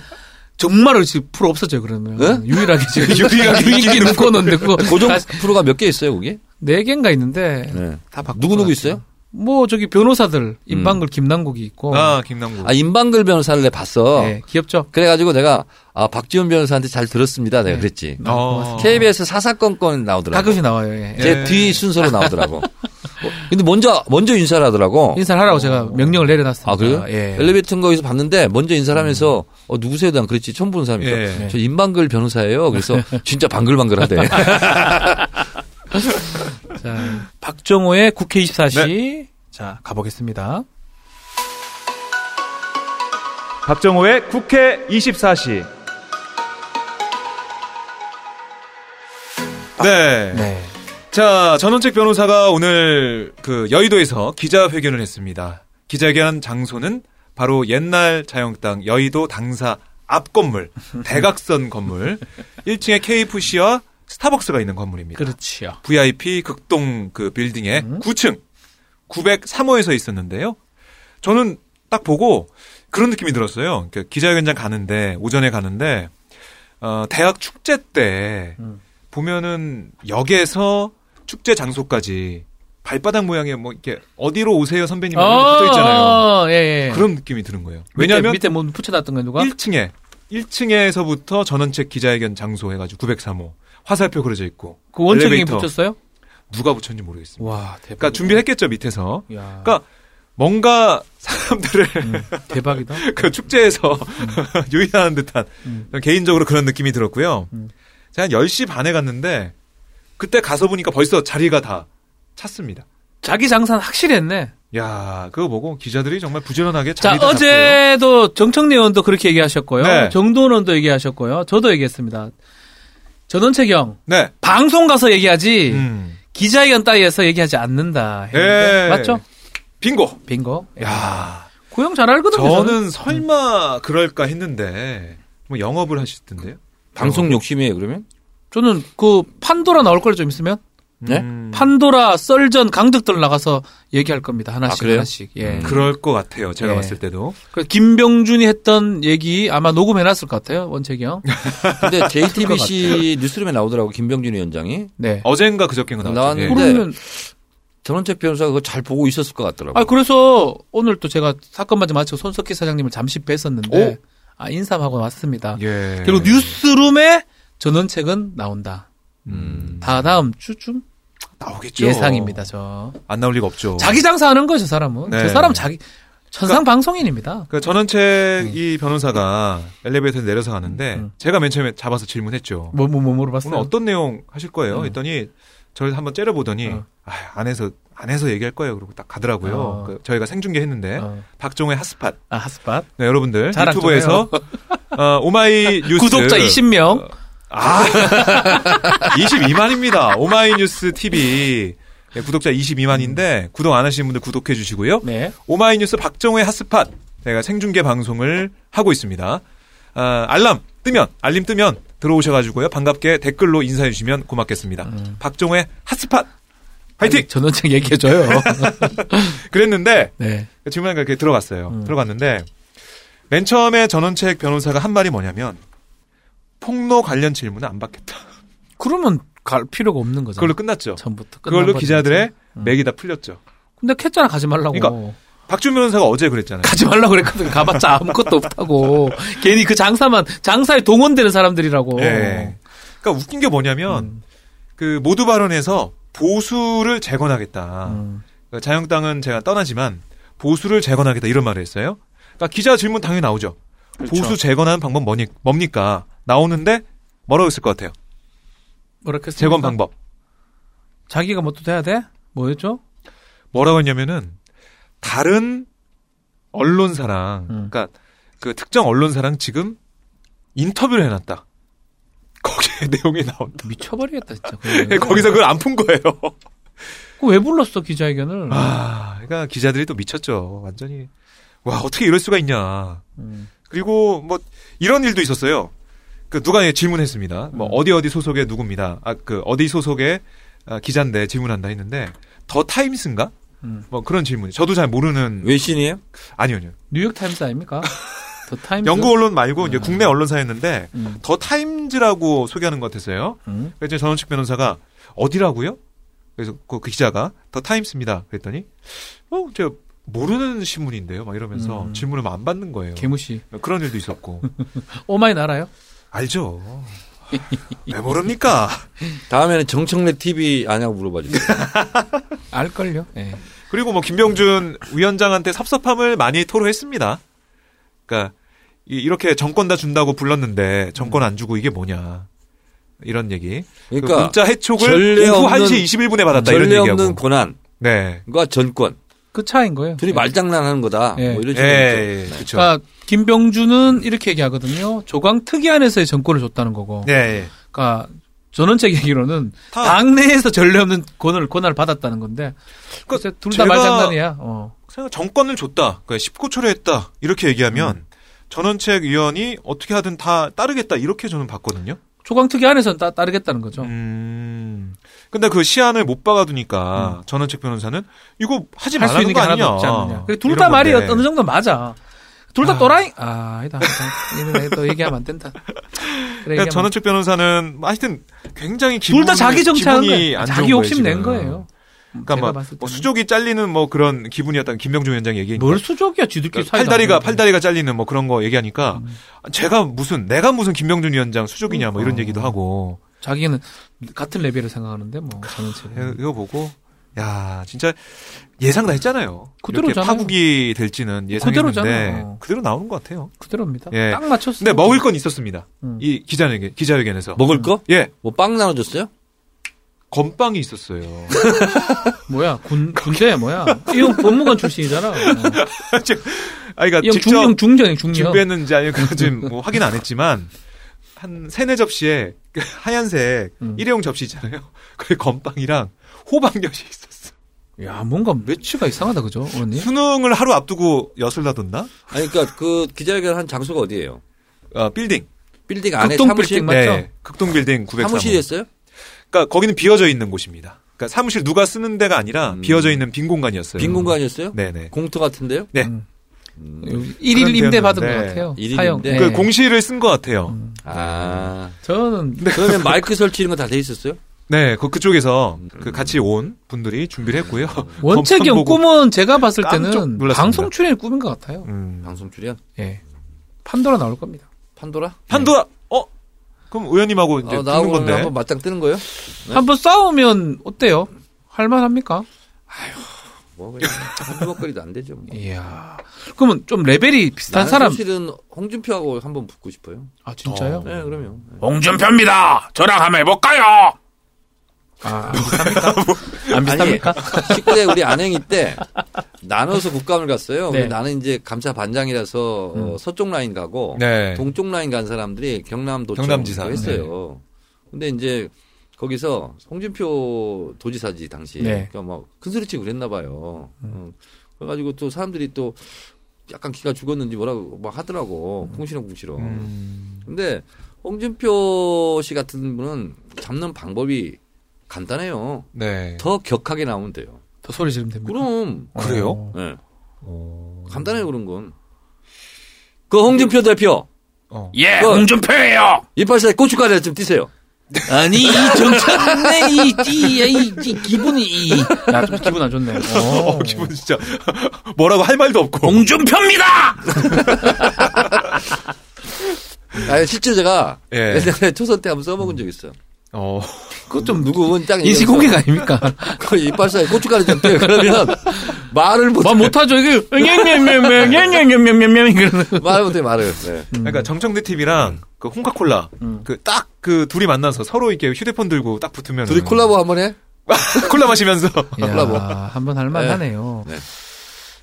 Speaker 1: 정말로 지금 프로 없어져요 그러면
Speaker 2: 예?
Speaker 1: 유일하게 지금
Speaker 3: 유일하게
Speaker 1: 유익기 묶어놓는데 그거
Speaker 2: 고정
Speaker 1: 다시
Speaker 2: 네. 프로가 몇 개 있어요, 거기?
Speaker 1: 네 개인가 있는데
Speaker 2: 네.
Speaker 1: 다 바꿔.
Speaker 2: 누구 누구 있어요? 음.
Speaker 1: 뭐 저기 변호사들 임방글 김남국이 있고
Speaker 3: 아 김남국.
Speaker 2: 아 임방글 변호사를 내 봤어.
Speaker 1: 예, 귀엽죠.
Speaker 2: 그래가지고 내가 아 박지훈 변호사한테 잘 들었습니다. 내가 그랬지.
Speaker 3: 어.
Speaker 2: KBS 사사건건 나오더라고.
Speaker 1: 가끔씩 나와요. 예.
Speaker 3: 예.
Speaker 2: 제 뒤 순서로 나오더라고. 어, 근데 먼저 먼저 인사를 하더라고.
Speaker 1: 인사를 하라고 제가 명령을 내려놨습니다.
Speaker 2: 어. 아 그래요?
Speaker 1: 예.
Speaker 2: 엘리베이터 탄 거기서 봤는데 먼저 인사를 하면서 어 누구세요? 난 그랬지 처음 보는 사람이니까
Speaker 3: 음. 예.
Speaker 2: 저 임방글 변호사예요. 그래서 진짜 방글방글하대.
Speaker 3: 음.
Speaker 1: 자, 박정호의 국회 24시
Speaker 3: 네.
Speaker 1: 자 가보겠습니다.
Speaker 4: 박정호의 국회 24시.
Speaker 3: 네.
Speaker 1: 네.
Speaker 3: 자, 전원책 변호사가 오늘 그 여의도에서 기자회견을 했습니다. 기자회견 장소는 바로 옛날 자영당 여의도 당사 앞 건물, 대각선 건물, 1층에 KFC와 스타벅스가 있는 건물입니다.
Speaker 1: 그렇지요.
Speaker 3: VIP 극동 그 빌딩의
Speaker 1: 음.
Speaker 3: 9층 903호에서 있었는데요. 저는 딱 보고 그런 느낌이 들었어요. 그러니까 기자회견장 가는데 오전에 가는데 어, 대학 축제 때
Speaker 1: 음.
Speaker 3: 보면은 역에서 축제 장소까지 발바닥 모양의 뭐 이렇게 어디로 오세요 선배님 이렇게 붙어 있잖아요.
Speaker 1: 어, 예, 예.
Speaker 3: 그런 느낌이 드는 거예요.
Speaker 1: 밑에-
Speaker 3: 왜냐하면
Speaker 1: 밑에 뭐 붙여놨던 거 누가?
Speaker 3: 1층에 1층에서부터 전원책 기자회견 장소 해가지고 903호 화살표 그려져 있고
Speaker 1: 그 원칙이
Speaker 3: 엘리베이터.
Speaker 1: 붙였어요?
Speaker 3: 누가 붙였는지 모르겠습니다.
Speaker 1: 와 대박.
Speaker 3: 그러니까 준비했겠죠 밑에서.
Speaker 1: 야, 음,
Speaker 3: 그러니까 뭔가 사람들을
Speaker 1: 대박이다.
Speaker 3: 그 축제에서 유인하는 듯한
Speaker 1: 음.
Speaker 3: 개인적으로 그런 느낌이 들었고요.
Speaker 1: 음.
Speaker 3: 제가 한 10시 반에 갔는데 그때 가서 보니까 벌써 자리가 다 찼습니다.
Speaker 1: 자기 장사는 확실히 했네.
Speaker 3: 야, 그거 보고 기자들이 정말 부지런하게
Speaker 1: 자,
Speaker 3: 자리도 잡고요.
Speaker 1: 어제도 정청래 의원도 그렇게 얘기하셨고요.
Speaker 3: 네.
Speaker 1: 정도원 의원도 얘기하셨고요. 저도 얘기했습니다. 전원채경,
Speaker 3: 네.
Speaker 1: 방송 가서 얘기하지,
Speaker 3: 음.
Speaker 1: 기자회견 따위에서 얘기하지 않는다. 했는데
Speaker 3: 예.
Speaker 1: 맞죠?
Speaker 3: 빙고.
Speaker 1: 빙고.
Speaker 3: 야,
Speaker 1: 고영 잘 알거든요. 저는.
Speaker 3: 저는 설마
Speaker 1: 음.
Speaker 3: 그럴까 했는데 뭐 영업을 하시던데요?
Speaker 2: 방송 욕심이에요 그러면?
Speaker 1: 저는 그 판도라 나올 걸 좀 있으면,
Speaker 2: 네?
Speaker 3: 음,
Speaker 1: 판도라, 썰전, 강득들 나가서 얘기할 겁니다. 하나씩,
Speaker 2: 아, 그래요?
Speaker 1: 하나씩. 예.
Speaker 2: 음.
Speaker 3: 그럴 것 같아요. 제가
Speaker 1: 예.
Speaker 3: 봤을 때도.
Speaker 1: 그 김병준이 했던 얘기 아마 녹음해놨을 것 같아요. 원채경.
Speaker 2: 근데
Speaker 1: 것
Speaker 2: JTBC 뉴스룸에 나오더라고 김병준 위원장이
Speaker 1: 네.
Speaker 3: 어젠가 그저께가 나왔죠.
Speaker 2: 나왔는데
Speaker 3: 예.
Speaker 1: 그러면
Speaker 2: 전원책 변호사가 그거 잘 보고 있었을 것 같더라고.
Speaker 1: 아 그래서 오늘 또 제가 사건마저 마치고 손석희 사장님을 잠시 뵀었는데 아 인사하고 왔습니다.
Speaker 3: 예.
Speaker 1: 그리고 뉴스룸에 전원책은 나온다.
Speaker 2: 음.
Speaker 1: 다 다음 주쯤
Speaker 3: 나오겠죠.
Speaker 1: 예상입니다. 저
Speaker 3: 안 나올 리가 없죠.
Speaker 1: 자기 장사하는 거죠 사람은.
Speaker 3: 뭐. 네.
Speaker 1: 저 사람 자기 천상 방송인입니다.
Speaker 3: 그 전원책 이 변호사가 엘리베이터에 내려서 가는데
Speaker 1: 음.
Speaker 3: 제가 맨 처음에 잡아서 질문했죠.
Speaker 1: 뭐 뭐 뭐 물어봤어요.
Speaker 3: 오늘 어떤 내용 하실 거예요?
Speaker 1: 음.
Speaker 3: 했더니 저를 한번 째려보더니
Speaker 1: 어.
Speaker 3: 아, 안에서 안에서 얘기할 거예요. 그러고 딱 가더라고요.
Speaker 1: 어.
Speaker 3: 그 저희가 생중계했는데
Speaker 1: 어.
Speaker 3: 박종의 핫스팟
Speaker 1: 아 핫스팟
Speaker 3: 네, 여러분들
Speaker 1: 자랑 좀
Speaker 3: 유튜브에서 어, 오마이 뉴스
Speaker 1: 구독자 20명
Speaker 3: 아 22만입니다. 오마이뉴스 TV 네, 구독자 22만인데 구독 안 하시는 분들 구독해 주시고요.
Speaker 1: 네.
Speaker 3: 오마이뉴스 박정우의 핫스팟 제가 생중계 방송을 하고 있습니다. 아, 알람 뜨면 알림 뜨면 들어오셔가지고요 반갑게 댓글로 인사해 주시면 고맙겠습니다.
Speaker 1: 음.
Speaker 3: 박정우의 핫스팟 화이팅!
Speaker 1: 전원책 얘기해줘요.
Speaker 3: 그랬는데
Speaker 1: 네.
Speaker 3: 질문에 이렇게 들어갔어요.
Speaker 1: 음.
Speaker 3: 들어갔는데 맨 처음에 전원책 변호사가 한 말이 뭐냐면 폭로 관련 질문은 안 받겠다.
Speaker 1: 그러면 갈 필요가 없는 거잖아.
Speaker 3: 그걸로 끝났죠.
Speaker 1: 전부터 음. 끝난
Speaker 3: 그걸로
Speaker 1: 거지.
Speaker 3: 기자들의
Speaker 1: 음.
Speaker 3: 맥이 다 풀렸죠.
Speaker 1: 근데 캣잖아 가지 말라고.
Speaker 3: 그러니까. 박준 변호사가 어제 그랬잖아요.
Speaker 1: 가지 말라고 그랬거든. 가봤자 아무것도 없다고. 괜히 그 장사만 장사에 동원되는 사람들이라고.
Speaker 3: 예. 그러니까 웃긴 게 뭐냐면
Speaker 1: 음,
Speaker 3: 그 모두 발언에서 보수를 재건하겠다.
Speaker 1: 음.
Speaker 3: 그러니까 자영당은 제가 떠나지만 보수를 재건하겠다 이런 말을 했어요. 그러니까 기자 질문 당연히 나오죠. 보수 재건하는 방법 뭐니, 뭡니까? 나오는데 뭐라고 했을 것 같아요.
Speaker 1: 뭐라 했
Speaker 3: 재건 방법.
Speaker 1: 자기가 뭐 또 돼야 돼? 뭐였죠?
Speaker 3: 뭐라고 했냐면은 다른 언론사랑
Speaker 1: 음.
Speaker 3: 그러니까 그 특정 언론사랑 지금 인터뷰를 해놨다. 거기에 내용이 나온다.
Speaker 1: 미쳐버리겠다 진짜. 그거는.
Speaker 3: 거기서 그걸 안 푼 거예요.
Speaker 1: 그거 왜 불렀어 기자회견을?
Speaker 3: 아, 그러니까 기자들이 또 미쳤죠. 완전히 와 어떻게 이럴 수가 있냐.
Speaker 1: 음.
Speaker 3: 그리고 뭐 이런 일도 있었어요. 그 누가 예, 질문했습니다. 뭐
Speaker 1: 음.
Speaker 3: 어디 어디 소속의 누굽니다. 아 그 어디 소속의 아, 기자인데 질문한다 했는데 더 타임스인가?
Speaker 1: 음.
Speaker 3: 뭐 그런 질문. 저도 잘 모르는
Speaker 2: 외신이에요?
Speaker 3: 아니요, 아니요.
Speaker 1: 뉴욕 타임스 아닙니까? 더 타임스.
Speaker 3: 영국 언론 말고 이제
Speaker 1: 음.
Speaker 3: 국내 언론사였는데
Speaker 1: 음.
Speaker 3: 더 타임즈라고 소개하는 것 같았어요.
Speaker 1: 음.
Speaker 3: 그래서 전원식 변호사가 어디라고요? 그래서 그, 그 기자가 더 타임스입니다. 그랬더니 어, 제가 모르는 신문인데요. 막 이러면서
Speaker 1: 음.
Speaker 3: 질문을 안 받는 거예요.
Speaker 1: 개무시.
Speaker 3: 그런 일도 있었고
Speaker 1: 오마이 나라요?
Speaker 3: 알죠. 왜 모릅니까?
Speaker 2: 다음에는 정청래 TV 아냐고 물어봐 주세요.
Speaker 1: 알걸요? 예.
Speaker 3: 그리고 뭐 김병준 위원장한테 섭섭함을 많이 토로했습니다. 그러니까 이- 이렇게 정권 다 준다고 불렀는데 정권 안 주고 이게 뭐냐 이런 얘기.
Speaker 2: 음. 그러니까
Speaker 3: 그 문자 해촉을
Speaker 2: 전례
Speaker 3: 오후
Speaker 2: 없는-
Speaker 3: 1시 21분에 받았다 이런
Speaker 2: 전례
Speaker 3: 얘기하고.
Speaker 2: 없는 권한과
Speaker 3: 네.
Speaker 2: 전권
Speaker 1: 그 차인 거예요.
Speaker 2: 둘이
Speaker 1: 예.
Speaker 2: 말장난하는 거다.
Speaker 1: 예.
Speaker 2: 뭐 이런 식으로
Speaker 3: 예,
Speaker 2: 네.
Speaker 3: 그렇죠.
Speaker 1: 그러니까 김병준은 이렇게 얘기하거든요. 조강 특위 안에서의 정권을 줬다는 거고.
Speaker 3: 네. 예.
Speaker 1: 그러니까 전원책 얘기로는
Speaker 3: 다-
Speaker 1: 당내에서 전례 없는 권을 권한을 받았다는 건데.
Speaker 3: 그
Speaker 1: 글쎄 둘다
Speaker 3: 제가-
Speaker 1: 말장난이야. 어.
Speaker 3: 그냥 정권을 줬다. 그러니까 19초를 했다. 이렇게 얘기하면
Speaker 1: 음.
Speaker 3: 전원책 위원이 어떻게 하든 다 따르겠다. 이렇게 저는 봤거든요.
Speaker 1: 조강 특위 안에서는 따, 따르겠다는 거죠.
Speaker 3: 네. 음. 근데 그 시안을 못 박아두니까 전원책 변호사는 이거 하지
Speaker 1: 음. 할 수
Speaker 3: 말라는
Speaker 1: 있는
Speaker 3: 거
Speaker 1: 게 하나도
Speaker 3: 아니냐.
Speaker 1: 없지 않느냐. 둘
Speaker 3: 이런
Speaker 1: 다 말이
Speaker 3: 건데.
Speaker 1: 어느 정도 맞아. 둘 다
Speaker 3: 아.
Speaker 1: 또라이? 아, 아니다. 아니다. 이거 또 얘기하면 안 된다. 그래,
Speaker 3: 그러니까
Speaker 1: 얘기하면
Speaker 3: 전원책 변호사는 뭐 하여튼 굉장히
Speaker 1: 둘
Speaker 3: 기분이
Speaker 1: 다 자기 정치하는
Speaker 3: 기분이
Speaker 1: 거예요.
Speaker 3: 안
Speaker 1: 자기
Speaker 3: 좋은
Speaker 1: 욕심 낸
Speaker 3: 지금.
Speaker 1: 거예요.
Speaker 3: 그러니까
Speaker 1: 제가
Speaker 3: 막
Speaker 1: 봤을
Speaker 3: 뭐
Speaker 1: 때는.
Speaker 3: 수족이 잘리는 뭐 그런 기분이었다는 김병준 위원장 얘기.
Speaker 1: 뭘 수족이야, 지들끼리
Speaker 3: 그러니까
Speaker 1: 사이
Speaker 3: 팔다리가 팔다리가 잘리는 뭐 그런 거 얘기하니까 제가 무슨 내가 무슨 김병준 위원장 수족이냐 뭐 이런
Speaker 1: 음. 그러니까.
Speaker 3: 얘기도 하고
Speaker 1: 자기는 같은 레벨을 생각하는데 뭐 전원책.
Speaker 3: 이거 보고 야 진짜 예상 다 했잖아요. 이렇게
Speaker 1: 그대로잖아요.
Speaker 3: 파국이 될지는 예상했는데
Speaker 1: 그대로잖아요.
Speaker 3: 그대로 나오는 것 같아요.
Speaker 1: 그대로입니다.
Speaker 3: 예.
Speaker 1: 딱 맞췄어.
Speaker 3: 근데 먹을 건 있었습니다.
Speaker 1: 음.
Speaker 3: 이 기자회견 기자회견에서
Speaker 2: 먹을 거?
Speaker 3: 예
Speaker 2: 뭐 빵 나눠줬어요?
Speaker 3: 건빵이 있었어요.
Speaker 1: 뭐야 군 군대 뭐야 이 형 법무관 출신이잖아. 어.
Speaker 3: 아 그러니까
Speaker 1: 이 형
Speaker 3: 직접
Speaker 1: 중령 중령이 중령.
Speaker 3: 준비했는지 아니면 그거 지금 뭐 확인 안 했지만 한 세네 접시에 그 하얀색
Speaker 1: 음.
Speaker 3: 일회용 접시 있잖아요. 그게 건빵이랑 호박엿이 있었어.
Speaker 1: 야 뭔가 매치가 이상하다 그죠
Speaker 3: 예?
Speaker 1: 어머니?
Speaker 3: 수능을 하루 앞두고 엿을 다뒀나?
Speaker 2: 아니 그러니까 그 기자회견 한 장소가 어디예요?
Speaker 3: 아, 빌딩.
Speaker 2: 빌딩 안에
Speaker 1: 극동
Speaker 2: 사무실
Speaker 1: 빌딩 맞죠?
Speaker 3: 네, 극동 빌딩 903호.
Speaker 2: 사무실이었어요?
Speaker 3: 그러니까 거기는 비어져 있는 곳입니다. 그러니까 사무실 누가 쓰는 데가 아니라
Speaker 2: 음.
Speaker 3: 비어져 있는 빈 공간이었어요.
Speaker 2: 빈 공간이었어요?
Speaker 3: 네. 네네.
Speaker 2: 공터 같은데요?
Speaker 3: 네.
Speaker 1: 음.
Speaker 2: 음.
Speaker 1: 일일 임대 받은 것
Speaker 3: 데였는데.
Speaker 1: 같아요.
Speaker 2: 일일
Speaker 1: 사형.
Speaker 2: 임대?
Speaker 1: 예.
Speaker 3: 그 공시를 쓴 것 같아요.
Speaker 1: 음.
Speaker 2: 아
Speaker 1: 저는
Speaker 2: 그러면 마이크 설치 이런 거 다 돼 있었어요?
Speaker 3: 네, 그 그쪽에서 그 같이 온 분들이 준비를 했고요.
Speaker 1: 원책이 형
Speaker 3: 건빵 보고-
Speaker 1: 꿈은 제가 봤을
Speaker 3: 깜짝
Speaker 1: 때는
Speaker 3: 놀랐습니다.
Speaker 1: 방송 출연이 꿈인 것 같아요.
Speaker 3: 음.
Speaker 2: 방송 출연?
Speaker 1: 예. 판도라 나올 겁니다.
Speaker 2: 판도라?
Speaker 3: 판도라. 어? 그럼 의원님하고 이제
Speaker 2: 어,
Speaker 3: 듣는
Speaker 2: 나하고
Speaker 3: 건데.
Speaker 2: 한번 맞짱 뜨는 거예요? 네.
Speaker 1: 한번 싸우면 어때요? 할만합니까?
Speaker 2: 뭐 그냥 한두먹거리도 안 되죠. 뭐.
Speaker 1: 이야. 그러면 좀 레벨이 비슷한
Speaker 2: 나는
Speaker 1: 사람.
Speaker 2: 사실은 홍준표하고 한번 붙고 싶어요.
Speaker 1: 아 진짜요?
Speaker 2: 네, 그럼요. 네.
Speaker 5: 홍준표입니다. 저랑 한번 해볼까요?
Speaker 1: 아, 안 비슷합니까? 안 비슷합니까?
Speaker 2: 19대 우리 안행이 때 나눠서 국감을 갔어요.
Speaker 1: 네.
Speaker 2: 근데 나는 이제 감사 반장이라서 어, 서쪽 라인 가고
Speaker 3: 네.
Speaker 2: 동쪽 라인 간 사람들이 경남 도청
Speaker 3: 경남지사. 네.
Speaker 2: 했어요. 근데 이제 거기서 홍준표 도지사지 당시
Speaker 1: 네.
Speaker 2: 그러니까 막 큰소리치고 그랬나 봐요.
Speaker 3: 음.
Speaker 2: 어. 그래가지고 또 사람들이 또 약간 기가 죽었는지 뭐라고 막 하더라고
Speaker 3: 음.
Speaker 2: 쿵시렁쿵시렁. 근데 홍준표 씨 같은 분은 잡는 방법이 간단해요.
Speaker 3: 네.
Speaker 2: 더 격하게 나오면 돼요.
Speaker 1: 더 소리 지르면 됩니다.
Speaker 2: 그럼
Speaker 3: 그래요?
Speaker 2: 예.
Speaker 3: 어.
Speaker 2: 간단해요 그런 건. 그 홍준표 대표
Speaker 3: 어.
Speaker 5: 예,
Speaker 2: 그-
Speaker 5: 홍준표예요.
Speaker 2: 이빨사에 고춧가루 좀 띄세요.
Speaker 6: 아니 이 정찬네 이, 이, 이, 이 기분이 이
Speaker 1: 야, 좀 기분 안 좋네. 어.
Speaker 3: 기분 진짜 뭐라고 할 말도 없고.
Speaker 5: 홍준표입니다.
Speaker 2: 아 실제 제가
Speaker 3: 예.
Speaker 2: 예전에 초선 때 한번 써먹은 적 있어. 요
Speaker 3: 어.
Speaker 2: 그것 좀 누구 딱
Speaker 1: 인식공개가 아닙니까?
Speaker 2: 그 이빨사에 고춧가루 좀 떼요. 그러면 말을 못
Speaker 1: 말 못하죠. 이게, 냥냥냥냥냥냥냥냥냥 이러는.
Speaker 2: 말을 못해 말을. 네.
Speaker 3: 그러니까 정청래 TV랑 그 홍카콜라 그 딱 그 둘이 만나서 서로 이렇게 휴대폰 들고 딱 붙으면
Speaker 2: 둘이 콜라보 한번 해.
Speaker 3: 콜라 마시면서
Speaker 2: 콜라보.
Speaker 1: 이야, 한번 할만하네요.
Speaker 2: 네. 네.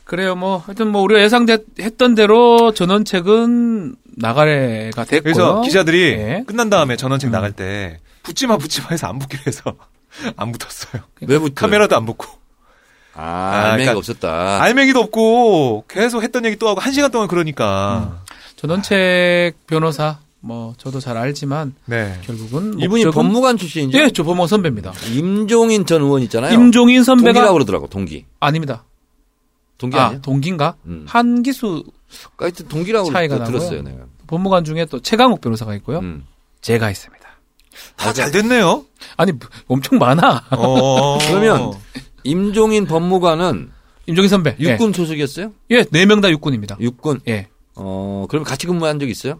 Speaker 1: 그래요, 뭐, 하여튼 뭐, 우리가 예상했던 대로 전원책은 나가래가 됐고요.
Speaker 3: 그래서 기자들이
Speaker 1: 네.
Speaker 3: 끝난 다음에 전원책 나갈 때 붙지마 붙지마 해서 안 붙기로 해서 안 붙었어요.
Speaker 2: 왜 붙어?
Speaker 3: 카메라도 안 붙고
Speaker 2: 아,
Speaker 3: 아,
Speaker 2: 알맹이가
Speaker 3: 그러니까-
Speaker 2: 없었다.
Speaker 3: 알맹이도 없고 계속 했던 얘기 또 하고 한 시간 동안 그러니까
Speaker 1: 전원책 변호사, 뭐, 저도 잘 알지만,
Speaker 3: 네.
Speaker 1: 결국은.
Speaker 2: 이분이
Speaker 1: 목적은-
Speaker 2: 법무관 출신이죠.
Speaker 1: 예, 저 법무관 선배입니다.
Speaker 2: 임종인 전 의원 있잖아요.
Speaker 1: 임종인 선배가.
Speaker 2: 동기라고 그러더라고 동기.
Speaker 1: 아닙니다.
Speaker 2: 동기 아,
Speaker 1: 아,
Speaker 2: 니야
Speaker 1: 동기인가?
Speaker 2: 음.
Speaker 1: 한기수
Speaker 2: 하여튼 동기라고
Speaker 1: 차이가
Speaker 2: 들었어요
Speaker 1: 나고요.
Speaker 2: 내가.
Speaker 1: 법무관 중에 또 최강욱 변호사가 있고요.
Speaker 2: 음.
Speaker 1: 제가 있습니다.
Speaker 3: 다 잘 됐네요.
Speaker 1: 아니, 엄청 많아.
Speaker 3: 어.
Speaker 2: 그러면 임종인 법무관은
Speaker 1: 임종인 선배.
Speaker 2: 육군 소속이었어요?
Speaker 1: 예, 네 명 다 육군입니다.
Speaker 2: 육군.
Speaker 1: 예.
Speaker 2: 어, 그럼 같이 근무한 적 있어요?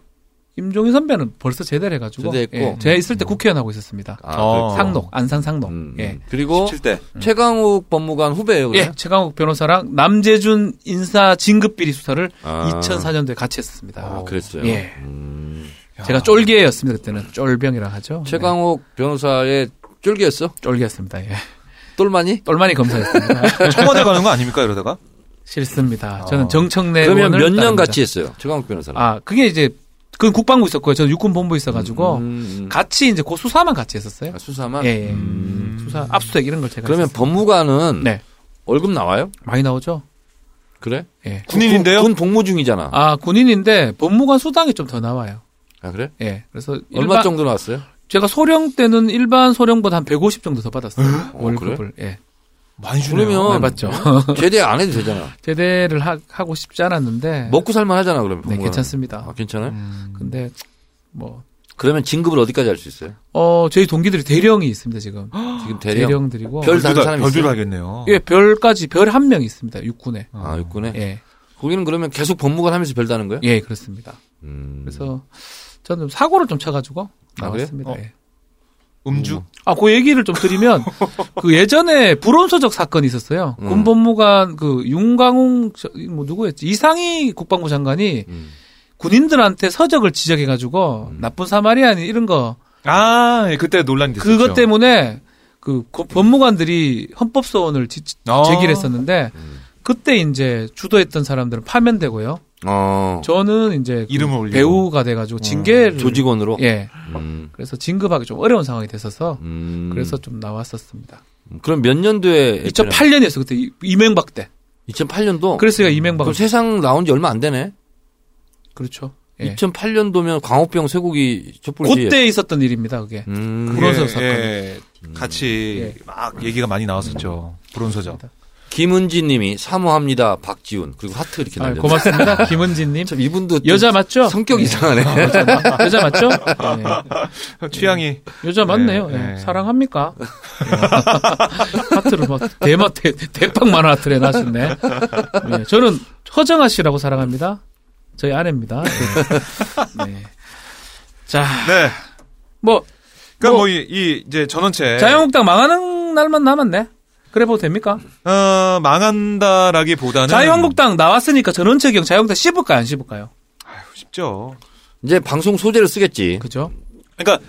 Speaker 1: 임종인 선배는 벌써 제대를 해가지고.
Speaker 2: 제대했고.
Speaker 1: 예, 제가 있을 때 국회의원 하고 있었습니다.
Speaker 2: 아,
Speaker 3: 어.
Speaker 1: 상록, 안산 상록.
Speaker 2: 음, 음.
Speaker 1: 예.
Speaker 2: 그리고
Speaker 3: 7대
Speaker 2: 최강욱 법무관 후배예요, 그래요?
Speaker 1: 예, 최강욱 변호사랑 남재준 인사 진급 비리 수사를
Speaker 2: 아.
Speaker 1: 2004년도에 같이 했습니다.
Speaker 2: 아, 그랬어요.
Speaker 1: 예.
Speaker 2: 음.
Speaker 1: 제가 쫄개였습니다 그때는 쫄병이라 하죠.
Speaker 2: 최강욱 변호사의 쫄기였어?
Speaker 1: 네, 쫄개였습니다. 예.
Speaker 2: 똘마니?
Speaker 1: 똘마니 검사였습니다.
Speaker 3: 청와대 가는 거 아닙니까 이러다가?
Speaker 1: 싫습니다. 저는 정청래
Speaker 2: 그러면
Speaker 1: 의원을
Speaker 2: 몇 년
Speaker 1: 네, 따릅니다.
Speaker 2: 같이 했어요? 최강욱 변호사랑.
Speaker 1: 아 그게 이제 그 국방부 있었고요. 저는 육군 본부 있어가지고
Speaker 2: 음, 음.
Speaker 1: 같이 이제 그 수사만 같이 했었어요.
Speaker 2: 아, 수사만? 음.
Speaker 1: 예, 예. 수사 압수수색 이런 걸 제가
Speaker 2: 그러면
Speaker 1: 했었어요.
Speaker 2: 법무관은
Speaker 1: 네.
Speaker 2: 월급 나와요?
Speaker 1: 많이 나오죠.
Speaker 2: 그래?
Speaker 1: 예.
Speaker 3: 군인인데요?
Speaker 2: 군, 군 복무 중이잖아. 아,
Speaker 1: 아 군인인데 법무관 수당이 좀 더 나와요.
Speaker 2: 그래?
Speaker 1: 예. 그래서
Speaker 2: 얼마
Speaker 1: 일반-
Speaker 2: 정도 나왔어요?
Speaker 1: 제가 소령 때는 일반 소령보다 한 150 정도 더 받았어요.
Speaker 2: 어,
Speaker 1: 월급을. 예.
Speaker 3: 많이 주네요.
Speaker 2: 그러면
Speaker 1: 많이 받죠.
Speaker 2: 제대 안 해도 되잖아.
Speaker 1: 제대를 하, 고 싶지 않았는데
Speaker 2: 먹고 살만 하잖아, 그러면.
Speaker 1: 네,
Speaker 2: 법무관은.
Speaker 1: 괜찮습니다.
Speaker 2: 아, 괜찮아요?
Speaker 1: 근데 뭐
Speaker 2: 그러면 진급을 어디까지 할 수 있어요?
Speaker 1: 어, 저희 동기들이 대령이 있습니다, 지금.
Speaker 2: 지금 대령.
Speaker 1: 대령들이고
Speaker 2: 별 다른
Speaker 3: 별도
Speaker 2: 사람이
Speaker 3: 별도
Speaker 2: 있어요?
Speaker 3: 하겠네요. 어.
Speaker 1: 예, 별까지 별 한 명 있습니다. 육군에.
Speaker 2: 아, 육군에?
Speaker 1: 예.
Speaker 2: 거기는 그러면 계속 법무관 하면서 별다는 거예요?
Speaker 1: 예, 그렇습니다.
Speaker 2: 음.
Speaker 1: 그래서 저는 좀 사고를 좀쳐 가지고
Speaker 2: 아, 그래요?
Speaker 1: 나왔습니다.
Speaker 3: 어.
Speaker 1: 예.
Speaker 3: 음주
Speaker 1: 아, 그 얘기를 좀 드리면 그 예전에 불온소적 사건이 있었어요.
Speaker 2: 음.
Speaker 1: 군법무관 그 윤광웅 저- 뭐 누구였지? 이상희 국방부 장관이
Speaker 2: 음.
Speaker 1: 군인들한테 서적을 지적해가지고 나쁜 사마리아인 이런 거
Speaker 3: 아 예, 그때 논란이 됐었죠.
Speaker 1: 그것 때문에 그 고- 법무관들이 헌법소원을 지- 지-
Speaker 3: 아.
Speaker 1: 제기를 했었는데
Speaker 2: 음.
Speaker 1: 그때 이제 주도했던 사람들은 파면되고요.
Speaker 2: 어.
Speaker 1: 저는 이제 그
Speaker 3: 이름을 올리고.
Speaker 1: 배우가 돼가지고 징계를
Speaker 2: 조직원으로?
Speaker 1: 예
Speaker 2: 음.
Speaker 1: 그래서 진급하기 좀 어려운 상황이 됐어서
Speaker 2: 음. 예,
Speaker 1: 그래서 좀 나왔었습니다.
Speaker 2: 그럼 몇 년도에
Speaker 1: 2008년이었어 그때 이- 이명박 때.
Speaker 2: 2008년도
Speaker 1: 그래서 제가 이명박
Speaker 2: 어. 그럼 세상 나온 지 얼마 안 되네.
Speaker 1: 그렇죠. 예.
Speaker 2: 2008년도면 광우병 쇠고기 촛불지.
Speaker 1: 그때 있었던 일입니다 그게. 아,
Speaker 2: 음.
Speaker 3: 그게,
Speaker 1: 불온소적 사건.
Speaker 3: 예, 같이
Speaker 1: 예.
Speaker 3: 막 얘기가 많이 나왔었죠. 불온소적.
Speaker 2: 김은지님이 사모합니다 박지훈 그리고 하트 이렇게
Speaker 1: 아,
Speaker 2: 날려.
Speaker 1: 고맙습니다 김은진님.
Speaker 2: 참 이분도 좀
Speaker 1: 여자 맞죠?
Speaker 2: 성격
Speaker 1: 예.
Speaker 2: 이상하네.
Speaker 1: 여자 맞죠? 예.
Speaker 3: 취향이
Speaker 1: 여자 맞네요.
Speaker 3: 네,
Speaker 1: 예.
Speaker 3: 네.
Speaker 1: 사랑합니까? 예. 하트를 막 대마 대 대빵 만화 하트를 해놨었네. 예. 저는 허정아 씨라고 사랑합니다. 저희 아내입니다. 예. 네. 자,
Speaker 3: 네.
Speaker 1: 뭐
Speaker 3: 그러니까
Speaker 1: 뭐-
Speaker 3: 뭐 이 이제 전원체
Speaker 1: 자유한국당 망하는 날만 남았네. 그래 봐도 됩니까?
Speaker 3: 어, 망한다라기보다는
Speaker 1: 자유한국당 나왔으니까 전원체경 자유한국당 씹을까요? 안 씹을까요?
Speaker 3: 쉽죠.
Speaker 2: 이제 방송 소재를 쓰겠지.
Speaker 1: 그죠?
Speaker 3: 그러니까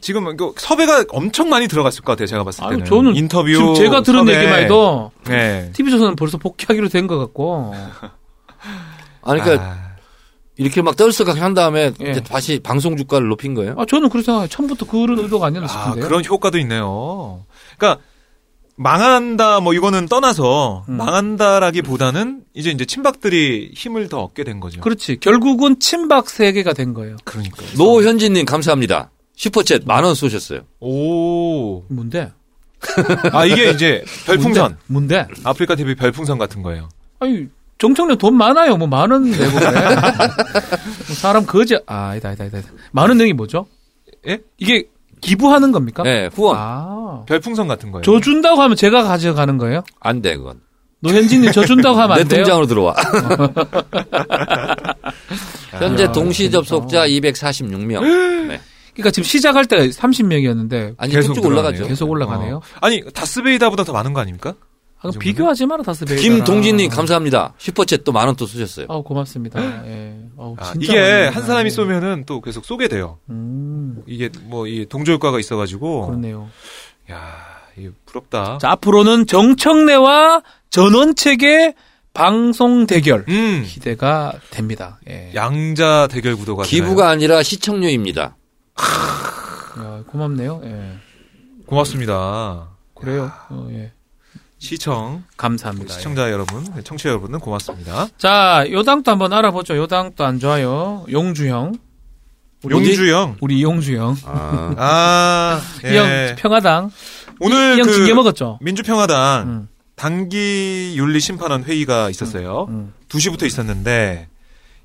Speaker 3: 지금 그 섭외가 엄청 많이 들어갔을 것 같아요. 제가 봤을
Speaker 1: 아유,
Speaker 3: 때는
Speaker 1: 저는
Speaker 3: 인터뷰
Speaker 1: 지금 제가 들은
Speaker 3: 섭외.
Speaker 1: 얘기만 해도
Speaker 3: 네.
Speaker 1: TV조선은 벌써 복귀하기로 된 것 같고
Speaker 2: 아 그러니까
Speaker 3: 아,
Speaker 2: 이렇게 막 떠들썩하게 한 다음에
Speaker 1: 예.
Speaker 2: 이제 다시 방송 주가를 높인 거예요?
Speaker 1: 아, 저는 그렇게 생각해요. 처음부터 그런 의도가 아니었나
Speaker 3: 아,
Speaker 1: 싶은데요.
Speaker 3: 그런 효과도 있네요. 그러니까 망한다 뭐 이거는 떠나서
Speaker 1: 음.
Speaker 3: 망한다라기보다는 이제 이제 친박들이 힘을 더 얻게 된 거죠.
Speaker 1: 그렇지. 결국은 친박 세계가 된 거예요.
Speaker 3: 그러니까.
Speaker 2: 노현진님 감사합니다. 슈퍼챗 만 원 쏘셨어요.
Speaker 3: 오.
Speaker 1: 뭔데?
Speaker 3: 아 이게 이제 별풍선
Speaker 1: 뭔데? 뭔데?
Speaker 3: 아프리카 TV 별풍선 같은 거예요.
Speaker 1: 아니, 정청래 돈 많아요. 뭐, 만 원 내고 그래. 뭐 사람 거지, 아, 아니다, 아니다, 아니다. 만원 내기 뭐죠?
Speaker 3: 예?
Speaker 1: 이게 기부하는 겁니까?
Speaker 2: 네, 후원
Speaker 1: 아.
Speaker 3: 별풍선 같은 거예요.
Speaker 1: 저 준다고 하면 제가 가져가는 거예요?
Speaker 2: 안 돼 그건.
Speaker 1: 노현진님 저 준다고 하면
Speaker 2: 내
Speaker 1: 안 돼요?
Speaker 2: 통장으로 들어와. 아, 현재
Speaker 1: 야,
Speaker 2: 동시
Speaker 1: 재밌다.
Speaker 2: 접속자 246명. 네.
Speaker 1: 그러니까 지금 시작할 때 30명이었는데
Speaker 2: 아니
Speaker 3: 계속
Speaker 2: 쭉쭉 올라가죠.
Speaker 3: 늘어나네요.
Speaker 1: 계속 올라가네요.
Speaker 3: 어. 아니 다스베이다보다 더 많은 거 아닙니까?
Speaker 1: 아, 그럼 비교하지 마라 다스베이다.
Speaker 2: 김동진님 감사합니다. 슈퍼챗 또 만 원 또 쏘셨어요.
Speaker 1: 아우 고맙습니다. 예. 아우,
Speaker 3: 아,
Speaker 1: 진짜
Speaker 3: 이게
Speaker 1: 많네.
Speaker 3: 한 사람이 쏘면은 또 계속 쏘게 돼요.
Speaker 1: 음,
Speaker 3: 이게 뭐 이 동조 효과가 있어가지고.
Speaker 1: 그렇네요.
Speaker 3: 야, 이 부럽다.
Speaker 1: 자 앞으로는 정청래와 전원책의 방송 대결
Speaker 3: 음,
Speaker 1: 기대가 됩니다. 예.
Speaker 3: 양자 대결 구도가
Speaker 2: 기부가 아니라 시청료입니다.
Speaker 1: 아, 고맙네요. 예.
Speaker 3: 되나요? 고맙습니다.
Speaker 1: 그래요. 어, 예.
Speaker 3: 시청
Speaker 1: 감사합니다. 예.
Speaker 3: 시청자 여러분, 네, 청취자 여러분은 고맙습니다.
Speaker 1: 자 요당도 한번 알아보죠. 요당도 안 좋아요. 용주형
Speaker 3: 용주영.
Speaker 1: 우리 이용주형
Speaker 2: 아,
Speaker 3: 아, 예.
Speaker 1: 이형 평화당
Speaker 3: 오늘
Speaker 1: 이형
Speaker 3: 그
Speaker 1: 징계 먹었죠.
Speaker 3: 민주평화당
Speaker 1: 음.
Speaker 3: 단기 윤리 심판원 회의가 있었어요.
Speaker 1: 음.
Speaker 3: 2시부터 있었는데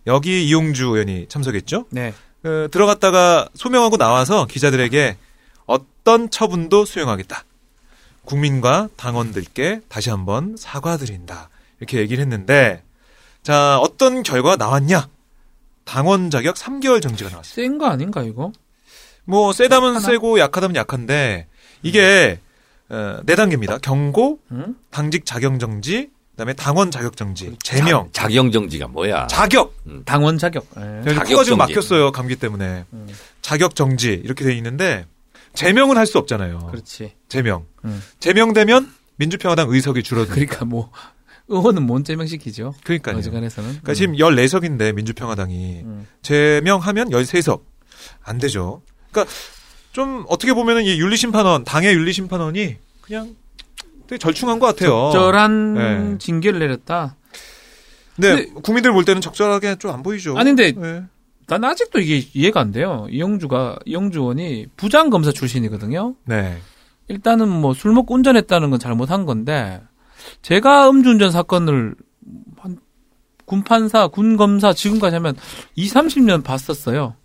Speaker 3: 여기 이용주 의원이 참석했죠.
Speaker 1: 네.
Speaker 3: 어, 들어갔다가 소명하고 나와서 기자들에게 어떤 처분도 수용하겠다. 국민과 당원들께 다시 한번 사과드린다. 이렇게 얘기를 했는데 자, 어떤 결과가 나왔냐? 당원 자격 3개월 정지가 나왔어요.
Speaker 1: 센 거 아닌가 이거?
Speaker 3: 뭐 세다면 세고 약하다면 약한데 이게 어, 네 단계입니다. 경고,
Speaker 1: 응?
Speaker 3: 당직 자격 정지, 그다음에 당원 자격
Speaker 1: 그렇죠.
Speaker 3: 정지, 제명,
Speaker 2: 자경정지가 뭐야?
Speaker 3: 자격.
Speaker 1: 당원 자격. 예.
Speaker 3: 여기
Speaker 2: 자격
Speaker 3: 코가 지금
Speaker 2: 정지.
Speaker 3: 막혔어요 감기 때문에
Speaker 1: 음.
Speaker 3: 자격 정지 이렇게 돼 있는데 제명은 할 수 없잖아요.
Speaker 1: 그렇지.
Speaker 3: 제명.
Speaker 1: 음.
Speaker 3: 제명되면 민주평화당 의석이 줄어들.
Speaker 1: 그러니까 뭐 의원은 뭔 제명시키죠.
Speaker 3: 그러니까요.
Speaker 1: 어지간해서는.
Speaker 3: 그러니까 지금 14석인데 민주평화당이
Speaker 1: 음.
Speaker 3: 제명하면 13석 안 되죠. 그러니까 좀 어떻게 보면은 이 윤리심판원 당의 윤리심판원이 그냥 되게 절충한 것 같아요.
Speaker 1: 적절한
Speaker 3: 네.
Speaker 1: 징계를 내렸다.
Speaker 3: 근데 네, 국민들 볼 때는 적절하게 좀 안 보이죠.
Speaker 1: 아니, 근데
Speaker 3: 예.
Speaker 1: 난 아직도 이게 이해가 안 돼요. 이영주가 이영주 의원이 부장 검사 출신이거든요.
Speaker 3: 네.
Speaker 1: 일단은 뭐 술 먹고 운전했다는 건 잘못한 건데 제가 음주운전 사건을 한 군판사, 군검사 지금까지 하면 2, 30년 봤었어요.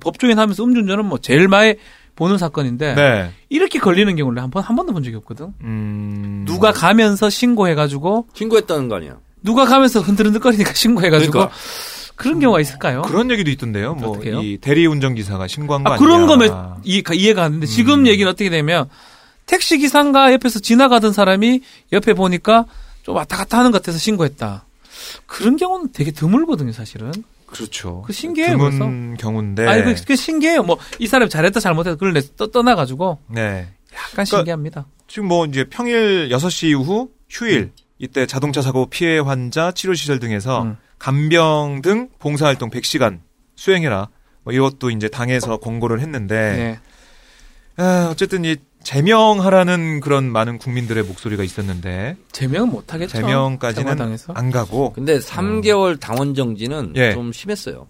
Speaker 1: 법조인 하면서 음주운전은 뭐 제일 많이 보는 사건인데
Speaker 3: 네.
Speaker 1: 이렇게 걸리는 경우를 한 번 한 번도 본 적이 없거든.
Speaker 3: 음.
Speaker 1: 누가 가면서 신고해가지고
Speaker 2: 신고했다는 거 아니야?
Speaker 1: 누가 가면서 흔들흔들거리니까 신고해가지고
Speaker 2: 그러니까.
Speaker 1: 그런 경우가 있을까요?
Speaker 3: 그런 얘기도 있던데요. 뭐
Speaker 1: 어떡해요?
Speaker 3: 이 대리 운전 기사가 신고한 거
Speaker 1: 아,
Speaker 3: 아니냐. 음.
Speaker 1: 그런 거면 이, 이해가 안 되는데 지금 얘기는 어떻게 되면 택시 기사인가 옆에서 지나가던 사람이 옆에 보니까 좀 왔다 갔다 하는 것 같아서 신고했다. 그런 경우는 되게 드물거든요, 사실은.
Speaker 3: 그렇죠.
Speaker 1: 그 신기해요,
Speaker 3: 드문 네. 경우인데.
Speaker 1: 아니, 그, 그 신기해요. 뭐, 이 사람이 잘했다, 잘못했다, 그걸 내, 떠, 떠나가지고
Speaker 3: 네.
Speaker 1: 약간 신기합니다.
Speaker 3: 지금 뭐 이제 평일 6시 이후 휴일 이때 자동차 사고 피해 환자 치료 시설 등에서
Speaker 1: 음.
Speaker 3: 간병 등 봉사활동 100시간 수행해라. 뭐 이것도 이제 당에서 권고를 했는데
Speaker 1: 네.
Speaker 3: 아, 어쨌든 이 제명하라는 그런 많은 국민들의 목소리가 있었는데
Speaker 1: 제명은 못하겠죠.
Speaker 3: 제명까지는
Speaker 1: 당에서 그
Speaker 3: 안 가고
Speaker 2: 근데 3개월 당원정지는
Speaker 3: 음. 예.
Speaker 2: 좀 심했어요.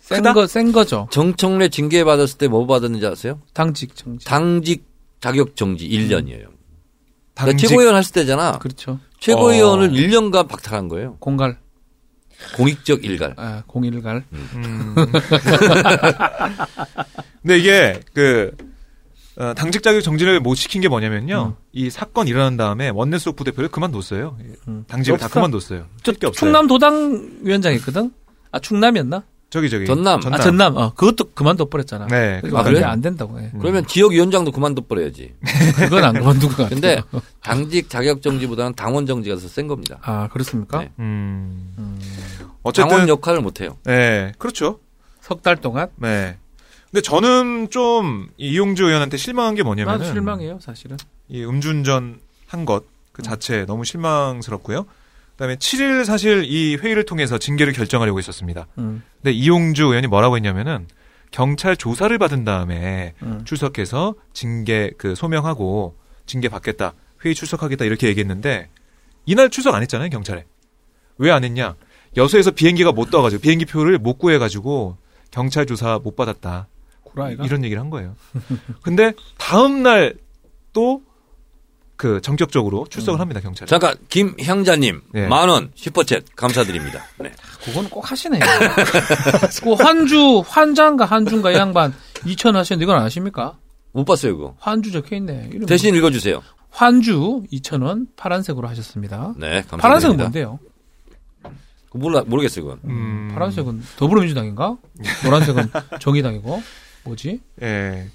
Speaker 1: 센
Speaker 3: 크다?
Speaker 1: 거, 센 거죠.
Speaker 2: 정청래 징계 받았을 때 뭐 받았는지 아세요?
Speaker 1: 당직 정지.
Speaker 2: 당직 자격정지
Speaker 3: 음,
Speaker 2: 1년이에요. 그러니까
Speaker 3: 당직
Speaker 2: 최고위원 했을 때잖아.
Speaker 1: 그렇죠.
Speaker 2: 최고위원을
Speaker 3: 어.
Speaker 2: 1년간 박탈한 거예요.
Speaker 1: 공갈,
Speaker 2: 공익적 일갈.
Speaker 1: 아, 공일갈.
Speaker 3: 음. 근데 이게 그 어, 당직 자격 정지를 못 시킨 게 뭐냐면요. 이 사건 일어난 다음에 원내수 부대표를 그만뒀어요.
Speaker 1: 음.
Speaker 3: 당직을 다
Speaker 1: 없어.
Speaker 3: 그만뒀어요.
Speaker 1: 저
Speaker 3: 쓸게 없어요.
Speaker 1: 충남 도당 위원장 있거든? 아, 충남이었나?
Speaker 3: 저기 저기
Speaker 2: 전남.
Speaker 1: 아, 전남. 어, 그것도 그만둬버렸잖아.
Speaker 3: 네,
Speaker 1: 그러니까
Speaker 2: 그래요? 네.
Speaker 1: 안 된다고 해.
Speaker 2: 그러면 지역위원장도 그만둬버려야지.
Speaker 1: 그건 안 그만둔 것 같아요.
Speaker 2: 근데 당직 자격정지보다는 당원정지가 더 센 겁니다.
Speaker 1: 아, 그렇습니까?
Speaker 2: 네.
Speaker 3: 음.
Speaker 1: 음,
Speaker 3: 어쨌든
Speaker 2: 당원 역할을 못해요.
Speaker 3: 네, 그렇죠.
Speaker 1: 석달 동안?
Speaker 3: 네. 근데 저는 좀 이용주 의원한테 실망한 게 뭐냐면
Speaker 1: 나도 실망해요, 사실은.
Speaker 3: 이 음주운전 한 것 그 자체 너무 실망스럽고요. 그다음에 7일 사실 이 회의를 통해서 징계를 결정하려고 했었습니다.
Speaker 1: 음.
Speaker 3: 근데 이용주 의원이 뭐라고 했냐면은 경찰 조사를 받은 다음에
Speaker 1: 음.
Speaker 3: 출석해서 징계 그 소명하고 징계 받겠다 회의 출석하겠다 이렇게 얘기했는데 이날 출석 안 했잖아요 경찰에 왜 안 했냐 여수에서 비행기가 못 떠가지고 비행기 표를 못 구해가지고 경찰 조사 못 받았다
Speaker 1: 고라이가
Speaker 3: 이런 얘기를 한 거예요. 근데 다음 날 또 그 정격적으로
Speaker 1: 음.
Speaker 3: 출석을 합니다 경찰. 에
Speaker 2: 잠깐 김향자님
Speaker 3: 네.
Speaker 2: 만 원 슈퍼챗 감사드립니다. 네.
Speaker 1: 그건 꼭 하시네. 그 환주 환장가 한준가 이 양반 2천 하시는데 이건 안 하십니까?
Speaker 2: 못 봤어요 그거.
Speaker 1: 환주 적혀 있네. 이름
Speaker 2: 대신 읽어주세요.
Speaker 1: 환주 2천 원 파란색으로 하셨습니다.
Speaker 2: 네, 감사드립니다.
Speaker 1: 파란색은 뭔데요?
Speaker 2: 그거 몰라 모르겠어요 그건.
Speaker 3: 음,
Speaker 1: 파란색은 더불어민주당인가? 노란색은 정의당이고 뭐지?
Speaker 3: 예.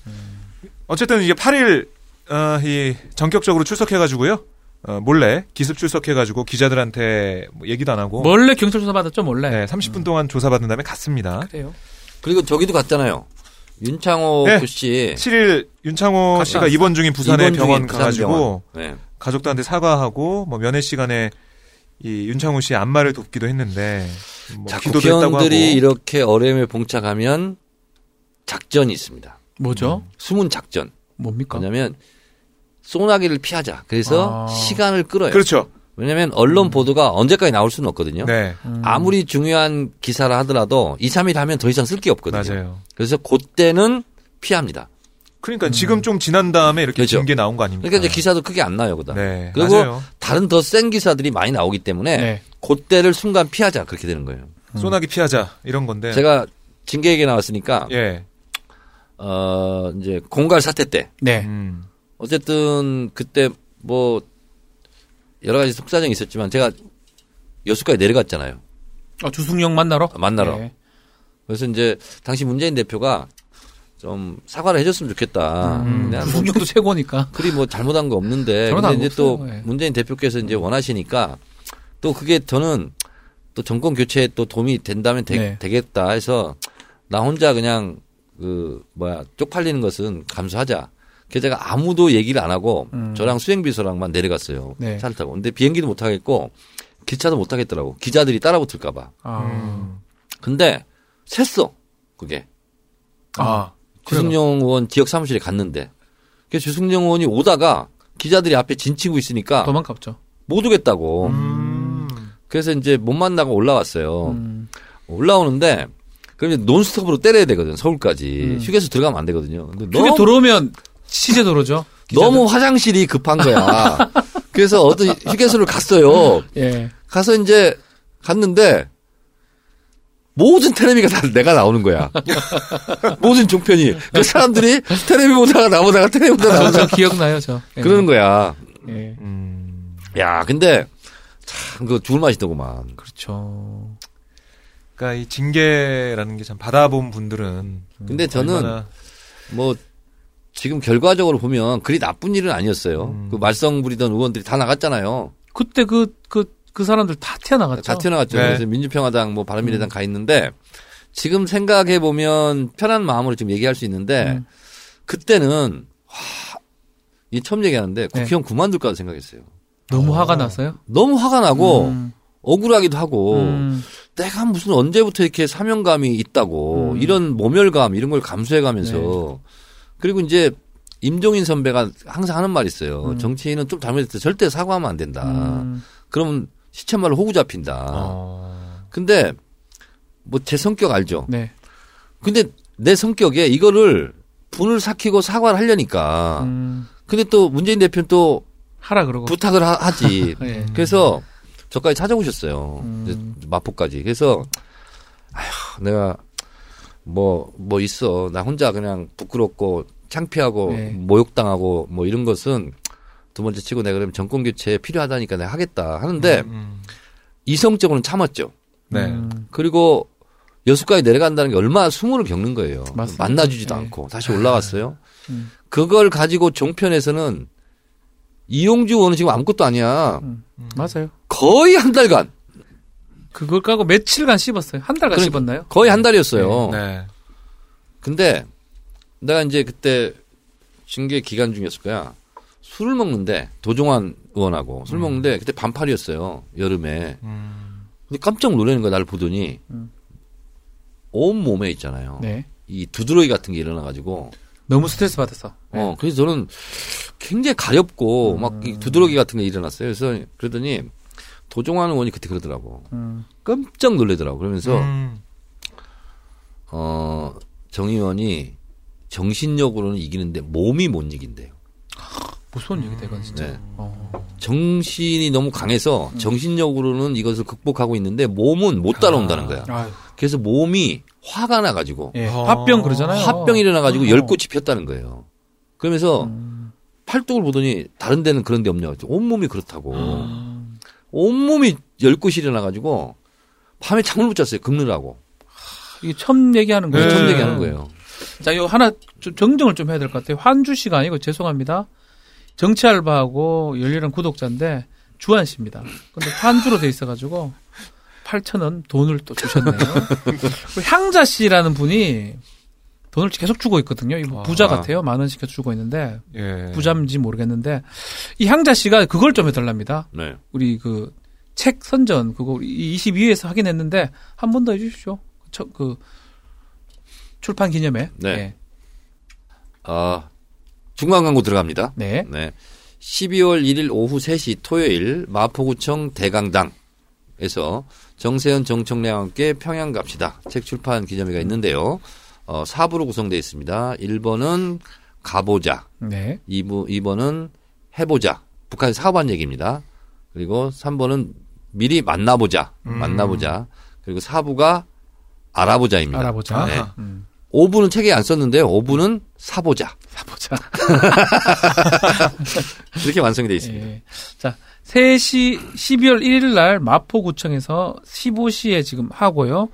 Speaker 3: 어쨌든 이게 8일 어, 이 전격적으로 출석해가지고요. 어, 몰래 기습 출석해가지고 기자들한테 뭐 얘기도 안 하고.
Speaker 1: 몰래 경찰 조사 받았죠 몰래.
Speaker 3: 네, 30분 동안 조사받은 다음에 갔습니다.
Speaker 1: 그래요.
Speaker 2: 그리고 저기도 갔잖아요. 윤창호
Speaker 3: 네.
Speaker 2: 씨
Speaker 3: 7일 윤창호
Speaker 2: 갔다
Speaker 3: 씨가
Speaker 2: 왔어.
Speaker 3: 입원 중인 부산의
Speaker 2: 입원 중인
Speaker 3: 병원
Speaker 2: 부산
Speaker 3: 가가지고 뭐
Speaker 2: 병원. 네.
Speaker 3: 가족들한테 사과하고 뭐 면회 시간에 이 윤창호 씨의 안마를 돕기도 했는데 뭐
Speaker 2: 자,
Speaker 3: 기도도 했다고 하고.
Speaker 2: 국회의원들이 이렇게 어려움에 봉착하면 작전이 있습니다.
Speaker 1: 뭐죠?
Speaker 2: 숨은 작전.
Speaker 1: 뭡니까?
Speaker 2: 뭐냐면 소나기를 그러니까. 피하자. 그래서
Speaker 1: 아.
Speaker 2: 시간을 끌어요.
Speaker 3: 그렇죠.
Speaker 2: 왜냐하면 언론 보도가 언제까지 나올 수는 없거든요.
Speaker 3: 네,
Speaker 1: 음.
Speaker 2: 아무리 중요한 기사라 하더라도 2, 3일 하면 더 이상 쓸 게 없거든요.
Speaker 3: 맞아요.
Speaker 2: 그래서 그때는 피합니다.
Speaker 3: 그러니까 지금 좀 지난 다음에 이렇게
Speaker 2: 음. 그렇죠.
Speaker 3: 징계 나온 거 아닙니까?
Speaker 2: 그러니까 이제 기사도 크게 안 나요, 그다.
Speaker 3: 네,
Speaker 2: 그리고
Speaker 3: 맞아요.
Speaker 2: 다른 더 센 기사들이 많이 나오기 때문에
Speaker 1: 네.
Speaker 2: 그때를 순간 피하자 그렇게 되는 거예요.
Speaker 3: 소나기 피하자 이런 건데.
Speaker 2: 제가 징계 얘기 나왔으니까
Speaker 3: 네. 예.
Speaker 2: 어 이제 공갈 사태 때
Speaker 1: 네.
Speaker 3: 음.
Speaker 2: 어쨌든 그때 뭐 여러 가지 속사정이 있었지만 제가 여수까지 내려갔잖아요.
Speaker 1: 어, 주승영 만나러?
Speaker 2: 만나러.
Speaker 1: 네.
Speaker 2: 그래서 이제 당시 문재인 대표가 좀 사과를 해줬으면 좋겠다. 내가 뭐
Speaker 1: 주승영도 최고니까.
Speaker 2: 그리 뭐 잘못한 거
Speaker 1: 음.
Speaker 2: 없는데
Speaker 1: 잘못한
Speaker 2: 근데
Speaker 1: 거
Speaker 2: 이제 또
Speaker 1: 없어요. 예.
Speaker 2: 문재인 대표께서 이제 원하시니까 또 그게 저는 또 정권 교체에 또 도움이 된다면 되,
Speaker 1: 네.
Speaker 2: 겠다 해서 나 혼자 그냥 그 뭐야 쪽팔리는 것은 감수하자. 그래서 제가 아무도 얘기를 안 하고
Speaker 1: 음.
Speaker 2: 저랑 수행비서랑만 내려갔어요.
Speaker 1: 네.
Speaker 2: 차를 타고. 근데 비행기도 못 타겠고 기차도 못 타겠더라고. 기자들이 따라붙을까 봐.
Speaker 1: 아.
Speaker 3: 음.
Speaker 2: 근데 샜어. 그게.
Speaker 3: 아,
Speaker 2: 주승용 의원 지역 사무실에 갔는데 그 주승용 의원이 오다가 기자들이 앞에 진치고 있으니까
Speaker 1: 도망갔죠.
Speaker 2: 못 오겠다고 그래서 이제 못 만나고 올라왔어요
Speaker 1: 음.
Speaker 2: 올라오는데 그럼 이제 논스톱으로 때려야 되거든 서울까지 휴게소 들어가면 안 되거든요 근데
Speaker 1: 그게
Speaker 2: 너무,
Speaker 1: 음. 들어오면 시제 들어오죠.
Speaker 2: 너무 화장실이 급한 거야 그래서 어떤 휴게소를 갔어요
Speaker 1: 예.
Speaker 2: 가서 이제 갔는데 모든 테레비가 다 내가 나오는 거야. 모든 종편이. 그 사람들이 테레비 보다가 나오다가 테레비 보다가
Speaker 1: 저,
Speaker 2: 나오다가
Speaker 1: 저 기억나요, 저. 예.
Speaker 2: 그러는 거야.
Speaker 1: 예.
Speaker 3: 음.
Speaker 2: 야, 근데 참 그거 죽을 맛이더구만.
Speaker 1: 그렇죠.
Speaker 3: 그러니까 이 징계라는 게 참 받아본 분들은
Speaker 2: 근데 저는
Speaker 3: 얼마나-
Speaker 2: 뭐 지금 결과적으로 보면 그리 나쁜 일은 아니었어요. 그 말썽 부리던 의원들이 다 나갔잖아요.
Speaker 1: 그때 그, 그, 그 사람들 다 튀어나갔죠.
Speaker 2: 다 튀어나갔죠.
Speaker 3: 네.
Speaker 2: 그래서 민주평화당 뭐 바른미래당 가 있는데 지금 생각해 보면 편한 마음으로 지금 얘기할 수 있는데
Speaker 1: 음.
Speaker 2: 그때는 와, 이 처음 얘기하는데 국회의원 그만둘까 생각했어요.
Speaker 1: 너무 화가 나서요.
Speaker 2: 너무 화가 나고
Speaker 1: 음.
Speaker 2: 억울하기도 하고
Speaker 1: 음.
Speaker 2: 내가 무슨 언제부터 이렇게 사명감이 있다고
Speaker 1: 음. 네.
Speaker 2: 이런 모멸감 이런 걸 감수해가면서 그리고 이제 임종인 선배가 항상 하는 말이 있어요. 정치인은 좀 잘못했을 때 절대 사과하면 안 된다.
Speaker 1: 음.
Speaker 2: 그러면 시체말로 호구 잡힌다.
Speaker 3: 어.
Speaker 2: 근데 뭐 제 성격 알죠.
Speaker 1: 네.
Speaker 2: 근데 내 성격에 이거를 분을 삭히고 사과를 하려니까.
Speaker 1: 음.
Speaker 2: 근데 또 문재인 대표는 또
Speaker 1: 하라 그러고.
Speaker 2: 아. 부탁을 하, 하지.
Speaker 1: 예.
Speaker 2: 그래서 저까지 찾아오셨어요.
Speaker 1: 음.
Speaker 2: 이제 마포까지. 그래서 아휴, 내가 뭐 뭐 있어. 나 혼자 그냥 부끄럽고 창피하고
Speaker 1: 네.
Speaker 2: 모욕당하고 뭐 이런 것은 두 번째 치고 내가 그럼 정권 교체 필요하다니까 내가 하겠다 하는데
Speaker 1: 네.
Speaker 3: 음.
Speaker 2: 이성적으로는 참았죠.
Speaker 3: 네.
Speaker 1: 음.
Speaker 2: 그리고 여수까지 내려간다는 게 얼마나 수모를 겪는 거예요.
Speaker 1: 맞습니다.
Speaker 2: 만나주지도
Speaker 1: 네.
Speaker 2: 않고 다시 올라갔어요.
Speaker 1: 음.
Speaker 2: 그걸 가지고 종편에서는 이용주 의원은 지금 아무것도 아니야.
Speaker 3: 음.
Speaker 1: 맞아요.
Speaker 2: 거의 한 달간
Speaker 1: 그걸 까고 며칠간 씹었어요. 한 달간
Speaker 2: 그러니까-
Speaker 1: 씹었나요?
Speaker 2: 거의 한 달이었어요.
Speaker 3: 네.
Speaker 2: 근데 내가 이제 그때 징계 기간 중이었을 거야. 술을 먹는데 도종환 의원하고 술 먹는데 그때 반팔이었어요 여름에 근데 깜짝 놀라는 거야 나를 보더니
Speaker 1: 음.
Speaker 2: 온 몸에 있잖아요
Speaker 1: 네.
Speaker 2: 이 두드러기 같은 게 일어나가지고
Speaker 1: 너무 스트레스 받았어. 네.
Speaker 2: 어 그래서 저는 굉장히 가렵고 막이 두드러기 같은 게 일어났어요 그래서 그러더니 도종환 의원이 그때 그러더라고
Speaker 1: 음.
Speaker 2: 깜짝 놀래더라고 그러면서
Speaker 3: 음.
Speaker 2: 어, 정 의원이 정신력으로는 이기는데 몸이 못 이긴대요.
Speaker 1: 무서운 얘기 대건 진짜.
Speaker 2: 네.
Speaker 1: 어.
Speaker 2: 정신이 너무 강해서 정신력으로는 이것을 극복하고 있는데 몸은 못 따라온다는 거야.
Speaker 1: 음. 아유,
Speaker 2: 그래서 몸이 화가 나가지고
Speaker 1: 예.
Speaker 3: 어.
Speaker 1: 화병 그러잖아요.
Speaker 2: 화병이 일어나가지고
Speaker 1: 어.
Speaker 2: 열꽃이 폈다는 거예요. 그러면서
Speaker 1: 음.
Speaker 2: 팔뚝을 보더니 다른 데는 그런 데 없냐고. 온몸이 그렇다고.
Speaker 1: 아.
Speaker 2: 어. 온몸이 열꽃이 일어나가지고 밤에 잠을 못 잤어요. 긁느라고.
Speaker 1: 이게 처음 얘기하는 거예요.
Speaker 3: 네.
Speaker 2: 처음 얘기하는 거예요.
Speaker 1: 자, 요 하나 좀 정정을 좀 해야 될 것 같아요. 환주 씨가 아니고 죄송합니다. 정치 알바하고 열렬한 구독자인데 주한 씨입니다. 근데 환주로 돼 있어가지고 8,000원 돈을 또 주셨네요. 그리고 향자 씨라는 분이 돈을 계속 주고 있거든요. 이분 부자
Speaker 2: 아.
Speaker 1: 같아요. 만 원씩 계속 주고 있는데
Speaker 2: 네.
Speaker 3: 예.
Speaker 1: 부자인지 모르겠는데 이 향자 씨가 그걸 좀 해달랍니다.
Speaker 2: 네.
Speaker 1: 우리 그 책 선전 그거 우리 22회에서 확인했는데 한 번 더 해주십시오. 저, 그 출판 기념회.
Speaker 2: 네.
Speaker 1: 예.
Speaker 2: 아, 중간 광고 들어갑니다.
Speaker 1: 네.
Speaker 2: 네. 12월 1일 오후 3시 토요일 마포구청 대강당에서 정세현 정청래와 함께 평양 갑시다. 책 출판 기념회가 있는데요. 어, 4부로 구성되어 있습니다. 1번은 가보자.
Speaker 1: 네.
Speaker 2: 2부, 2번은 해보자. 북한 사업한 얘기입니다. 그리고 3번은 미리 만나보자. 만나보자. 그리고 4부가 알아보자입니다.
Speaker 1: 알아보자.
Speaker 2: 네.
Speaker 1: 음.
Speaker 2: 5부는 책에 안 썼는데요. 5부는 사보자.
Speaker 1: 사보자.
Speaker 2: 이렇게 완성이 되어 있습니다.
Speaker 1: 예. 자, 3시 12월 1일 날 마포구청에서 15시에 지금 하고요.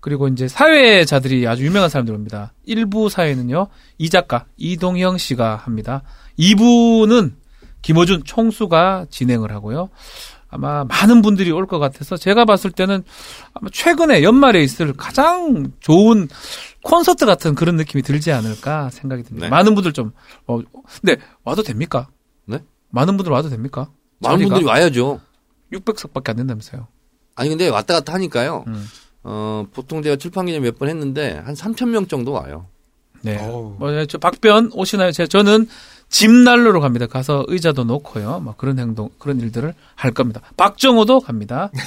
Speaker 1: 그리고 이제 사회자들이 아주 유명한 사람들 옵니다. 1부 사회는요. 이 작가 이동형 씨가 합니다. 2부는 김어준 총수가 진행을 하고요. 아마 많은 분들이 올 것 같아서 제가 봤을 때는 아마 최근에 연말에 있을 가장 좋은 콘서트 같은 그런 느낌이 들지 않을까 생각이 듭니다.
Speaker 2: 네.
Speaker 1: 많은 분들 좀 어, 근데 와도 됩니까?
Speaker 2: 네?
Speaker 1: 많은 분들 와도 됩니까?
Speaker 2: 많은 분들이 와야죠.
Speaker 1: 600석밖에 안 된다면서요.
Speaker 2: 아니 근데 왔다 갔다 하니까요.
Speaker 1: 음.
Speaker 2: 어, 보통 제가 출판 기념 몇 번 했는데 한 3천 명 정도 와요.
Speaker 1: 네.
Speaker 3: 어우.
Speaker 1: 뭐, 저 박변 오시나요? 제 저는 짐 난로로 갑니다. 가서 의자도 놓고요. 막 그런 행동, 그런 일들을 할 겁니다. 박정호도 갑니다. 네.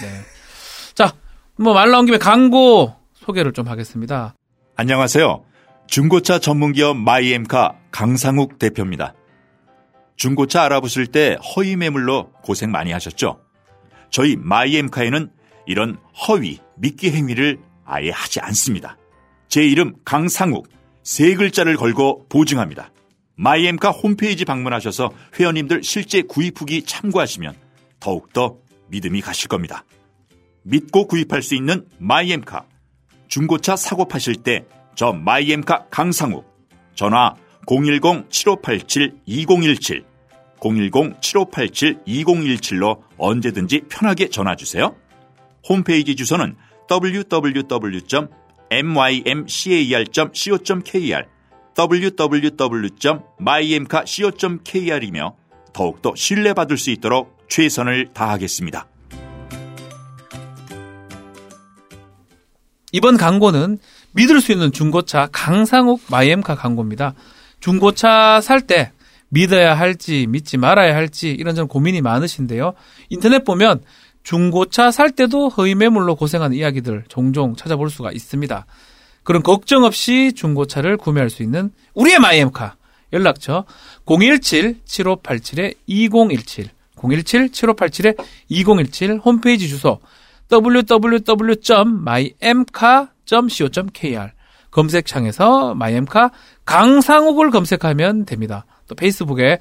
Speaker 1: 자, 뭐 말 나온 김에 광고 소개를 좀 하겠습니다.
Speaker 7: 안녕하세요. 중고차 전문기업 마이엠카 강상욱 대표입니다. 중고차 알아보실 때 허위 매물로 고생 많이 하셨죠? 저희 마이엠카에는 이런 허위, 미끼 행위를 아예 하지 않습니다. 제 이름 강상욱, 세 글자를 걸고 보증합니다. 마이엠카 홈페이지 방문하셔서 회원님들 실제 구입 후기 참고하시면 더욱더 믿음이 가실 겁니다. 믿고 구입할 수 있는 마이엠카. 중고차 사고 파실 때 저 마이엠카 강상욱 전화 010-7587-2017 010-7587-2017로 언제든지 편하게 전화 주세요. 홈페이지 주소는 www.mymcar.co.kr www.mymcar.co.kr이며 더욱더 신뢰받을 수 있도록 최선을 다하겠습니다.
Speaker 1: 이번 광고는 믿을 수 있는 중고차 강상욱 마이엠카 광고입니다. 중고차 살 때 믿어야 할지 믿지 말아야 할지 이런저런 고민이 많으신데요. 인터넷 보면 중고차 살 때도 허위 매물로 고생하는 이야기들 종종 찾아볼 수가 있습니다. 그런 걱정 없이 중고차를 구매할 수 있는 우리의 마이엠카 연락처 017-7587-2017 017-7587-2017 홈페이지 주소 www.mymca.co.kr 검색창에서 마이엠카 강상욱을 검색하면 됩니다. 또 페이스북에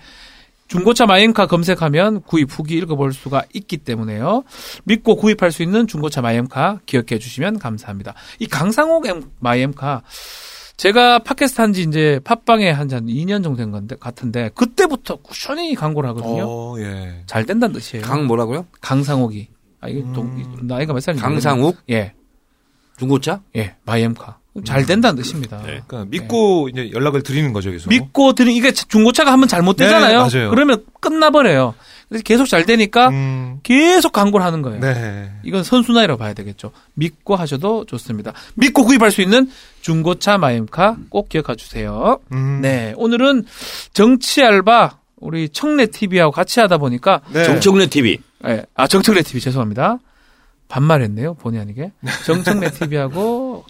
Speaker 1: 중고차 마이엠카 검색하면 구입 후기 읽어볼 수가 있기 때문에요. 믿고 구입할 수 있는 중고차 마이엠카 기억해 주시면 감사합니다. 이 강상욱 엠- 마이엠카 제가 팟캐스트 한 지 이제 팟빵에 한 지 한 2년 정도 된 건데 같은데 그때부터 꾸준히 광고를 하거든요.
Speaker 3: 어, 예.
Speaker 1: 잘 된다는 뜻이에요.
Speaker 2: 강 뭐라고요?
Speaker 1: 음. 강상욱이. 아, 이게 동- 이- 나이가 몇 살인지. 모르겠네.
Speaker 2: 강상욱
Speaker 1: 예,
Speaker 2: 중고차?
Speaker 1: 예, 마이엠카. 잘 된다는 뜻입니다.
Speaker 3: 그러니까 믿고 이제 연락을 드리는 거죠, 계속.
Speaker 1: 네. 믿고 드린 이게 중고차가 한번 잘못되잖아요.
Speaker 3: 그렇죠. 네, 맞아요.
Speaker 1: 그러면 끝나버려요. 그래서 계속 잘 되니까
Speaker 3: 음,
Speaker 1: 계속 광고를 하는 거예요.
Speaker 3: 네.
Speaker 1: 이건 선순환이라고 봐야 되겠죠. 믿고 하셔도 좋습니다. 믿고 구입할 수 있는 중고차 마임카 꼭 기억해 주세요.
Speaker 3: 음.
Speaker 1: 네, 오늘은 정치 알바 우리 청래 TV하고 같이 하다 보니까
Speaker 3: 네.
Speaker 2: 정청래 TV.
Speaker 1: 예, 아 정청래 TV 죄송합니다. 반말했네요 본의 아니게 정청래 TV하고